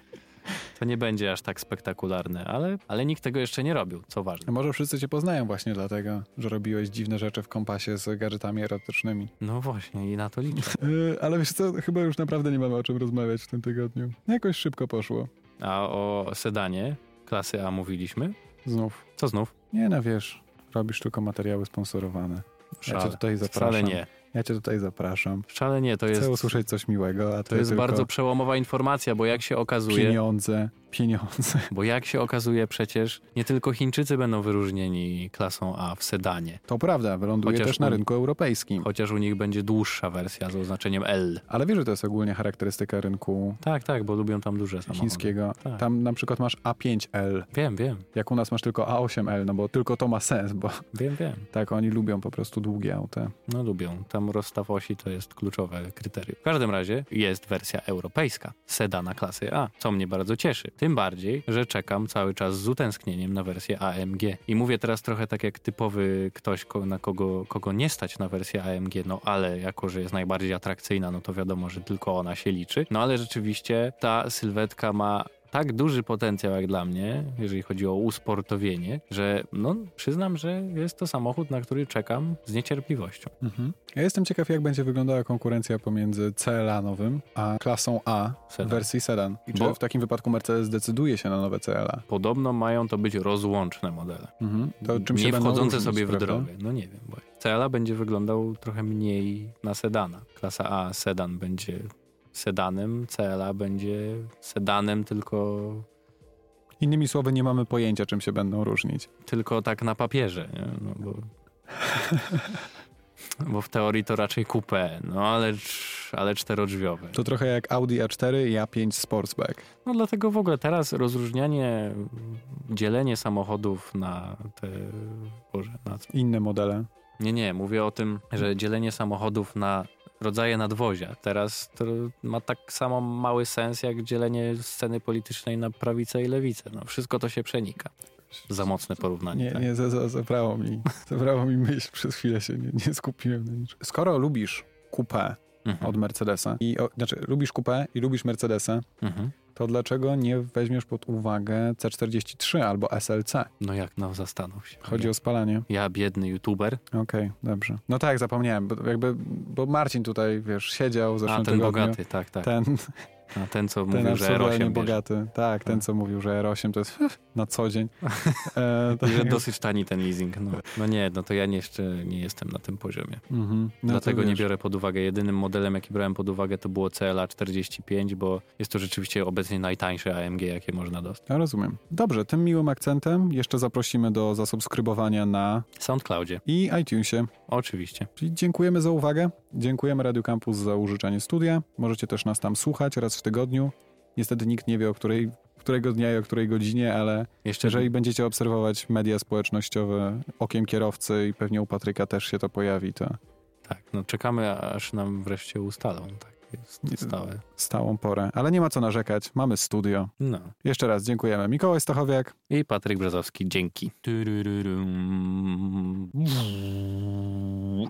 [SPEAKER 2] To nie będzie aż tak spektakularne, ale, ale nikt tego jeszcze nie robił, co ważne.
[SPEAKER 1] A Może wszyscy cię poznają właśnie dlatego, że robiłeś dziwne rzeczy w kompasie z gadżetami erotycznymi.
[SPEAKER 2] No właśnie, i na to liczę.
[SPEAKER 1] Yy, ale wiesz co, chyba już naprawdę nie mamy o czym rozmawiać w tym tygodniu. Jakoś szybko poszło.
[SPEAKER 2] A o sedanie klasy A mówiliśmy.
[SPEAKER 1] Znów.
[SPEAKER 2] Co znów?
[SPEAKER 1] Nie no wiesz, robisz tylko materiały sponsorowane. Ja cię
[SPEAKER 2] Szale.
[SPEAKER 1] tutaj zapraszam.
[SPEAKER 2] Wcale nie.
[SPEAKER 1] Ja cię tutaj zapraszam.
[SPEAKER 2] Wcale nie, to
[SPEAKER 1] Chcę
[SPEAKER 2] jest,
[SPEAKER 1] usłyszeć coś miłego, a ty
[SPEAKER 2] to jest
[SPEAKER 1] tylko
[SPEAKER 2] bardzo przełomowa informacja, bo jak się okazuje,
[SPEAKER 1] pieniądze, pieniądze.
[SPEAKER 2] bo jak się okazuje przecież nie tylko Chińczycy będą wyróżnieni klasą A w sedanie,
[SPEAKER 1] To prawda, wyląduje
[SPEAKER 2] Chociaż
[SPEAKER 1] też na
[SPEAKER 2] u-
[SPEAKER 1] rynku europejskim.
[SPEAKER 2] chociaż u nich będzie dłuższa wersja z oznaczeniem L.
[SPEAKER 1] Ale wiesz, że to jest ogólnie charakterystyka rynku
[SPEAKER 2] Tak, tak, bo lubią tam duże samochody.
[SPEAKER 1] chińskiego.
[SPEAKER 2] Tak.
[SPEAKER 1] Tam na przykład masz A5L,
[SPEAKER 2] Wiem, wiem,
[SPEAKER 1] jak u nas masz tylko A8L, no bo tylko to ma sens, bo
[SPEAKER 2] wiem, wiem.
[SPEAKER 1] Tak, oni lubią po prostu długie auta.
[SPEAKER 2] No lubią. Tam rozstaw osi to jest kluczowe kryterium. W każdym razie jest wersja europejska sedana klasy A, co mnie bardzo cieszy. Tym bardziej, że czekam cały czas z utęsknieniem na wersję AMG. I mówię teraz trochę tak jak typowy ktoś, ko- na kogo, kogo nie stać na wersję AMG, no ale jako, że jest najbardziej atrakcyjna, no to wiadomo, że tylko ona się liczy. No ale rzeczywiście ta sylwetka ma tak duży potencjał jak dla mnie, jeżeli chodzi o usportowienie, że no, przyznam, że jest to samochód, na który czekam z niecierpliwością.
[SPEAKER 1] Ja jestem ciekaw, jak będzie wyglądała konkurencja pomiędzy CLA-nowym a klasą A
[SPEAKER 2] Sedan.
[SPEAKER 1] w wersji sedan. I czy
[SPEAKER 2] Bo-
[SPEAKER 1] w takim wypadku Mercedes decyduje się na nowe CLA?
[SPEAKER 2] Podobno mają to być rozłączne modele.
[SPEAKER 1] To czym się
[SPEAKER 2] Mhm. nie
[SPEAKER 1] będą
[SPEAKER 2] wchodzące
[SPEAKER 1] różnić,
[SPEAKER 2] sobie w
[SPEAKER 1] prawda?
[SPEAKER 2] drogę. No nie wiem. Bo CLA będzie wyglądał trochę mniej na sedana. Klasa A sedan będzie sedanem, CLA będzie sedanem tylko,
[SPEAKER 1] Innymi słowy, nie mamy pojęcia, czym się będą różnić.
[SPEAKER 2] tylko tak na papierze. Nie? No bo, bo w teorii to raczej coupé, no ale, cz- ale czterodrzwiowe.
[SPEAKER 1] To trochę jak Audi A4 i A5 Sportsback.
[SPEAKER 2] No dlatego w ogóle teraz rozróżnianie, dzielenie samochodów na te, boże, na
[SPEAKER 1] Inne modele.
[SPEAKER 2] Nie, nie, mówię o tym, że dzielenie samochodów na rodzaje nadwozia teraz to ma tak samo mały sens jak dzielenie sceny politycznej na prawicę i lewicę. No, wszystko to się przenika. Za mocne porównanie.
[SPEAKER 1] Nie,
[SPEAKER 2] tak?
[SPEAKER 1] nie, za, za, zabrało mi, zabrało mi myśl, przez chwilę się nie, nie skupiłem na niczym. Skoro lubisz coupé
[SPEAKER 2] Mhm,
[SPEAKER 1] od Mercedesa, i, o, znaczy lubisz coupé i lubisz Mercedesa,
[SPEAKER 2] mhm.
[SPEAKER 1] to dlaczego nie weźmiesz pod uwagę C43 albo SLC?
[SPEAKER 2] No jak, no zastanów się.
[SPEAKER 1] Chodzi o spalanie.
[SPEAKER 2] Ja, biedny youtuber,
[SPEAKER 1] Okej, dobrze. No tak, zapomniałem, bo, jakby, bo Marcin tutaj, wiesz, siedział w
[SPEAKER 2] a
[SPEAKER 1] zeszłym
[SPEAKER 2] ten
[SPEAKER 1] tygodniu.
[SPEAKER 2] bogaty, tak, tak.
[SPEAKER 1] Ten,
[SPEAKER 2] A ten, co
[SPEAKER 1] ten
[SPEAKER 2] mówił, że
[SPEAKER 1] absurdalnie
[SPEAKER 2] R8 bierze.
[SPEAKER 1] bogaty. Tak, ten co mówił, że R8 to jest na co dzień. E,
[SPEAKER 2] I że
[SPEAKER 1] tak.
[SPEAKER 2] dosyć tani ten leasing. No, no nie, no to ja nie, jeszcze nie jestem na tym poziomie.
[SPEAKER 1] Mhm. No to
[SPEAKER 2] Dlatego nie
[SPEAKER 1] wiesz.
[SPEAKER 2] biorę pod uwagę. Jedynym modelem, jaki brałem pod uwagę, to było CLA 45, bo jest to rzeczywiście obecnie najtańsze AMG, jakie można dostać.
[SPEAKER 1] Ja rozumiem. Dobrze, tym miłym akcentem jeszcze zaprosimy do zasubskrybowania na
[SPEAKER 2] W SoundCloudzie,
[SPEAKER 1] i iTunesie.
[SPEAKER 2] oczywiście.
[SPEAKER 1] Czyli dziękujemy za uwagę. Dziękujemy Radio Campus za użyczenie studia. Możecie też nas tam słuchać raz w tygodniu. Niestety nikt nie wie o której, którego dnia i o której godzinie, ale
[SPEAKER 2] Jeszcze,
[SPEAKER 1] jeżeli będziecie obserwować media społecznościowe okiem kierowcy i pewnie u Patryka też się to pojawi, to
[SPEAKER 2] tak, no czekamy, aż nam wreszcie ustalą. Tak,
[SPEAKER 1] Nie-
[SPEAKER 2] jest stałe.
[SPEAKER 1] stałą porę. Ale nie ma co narzekać, mamy studio.
[SPEAKER 2] No.
[SPEAKER 1] Jeszcze raz dziękujemy. Mikołaj Stachowiak.
[SPEAKER 2] I Patryk Brzozowski, dzięki. Turururum.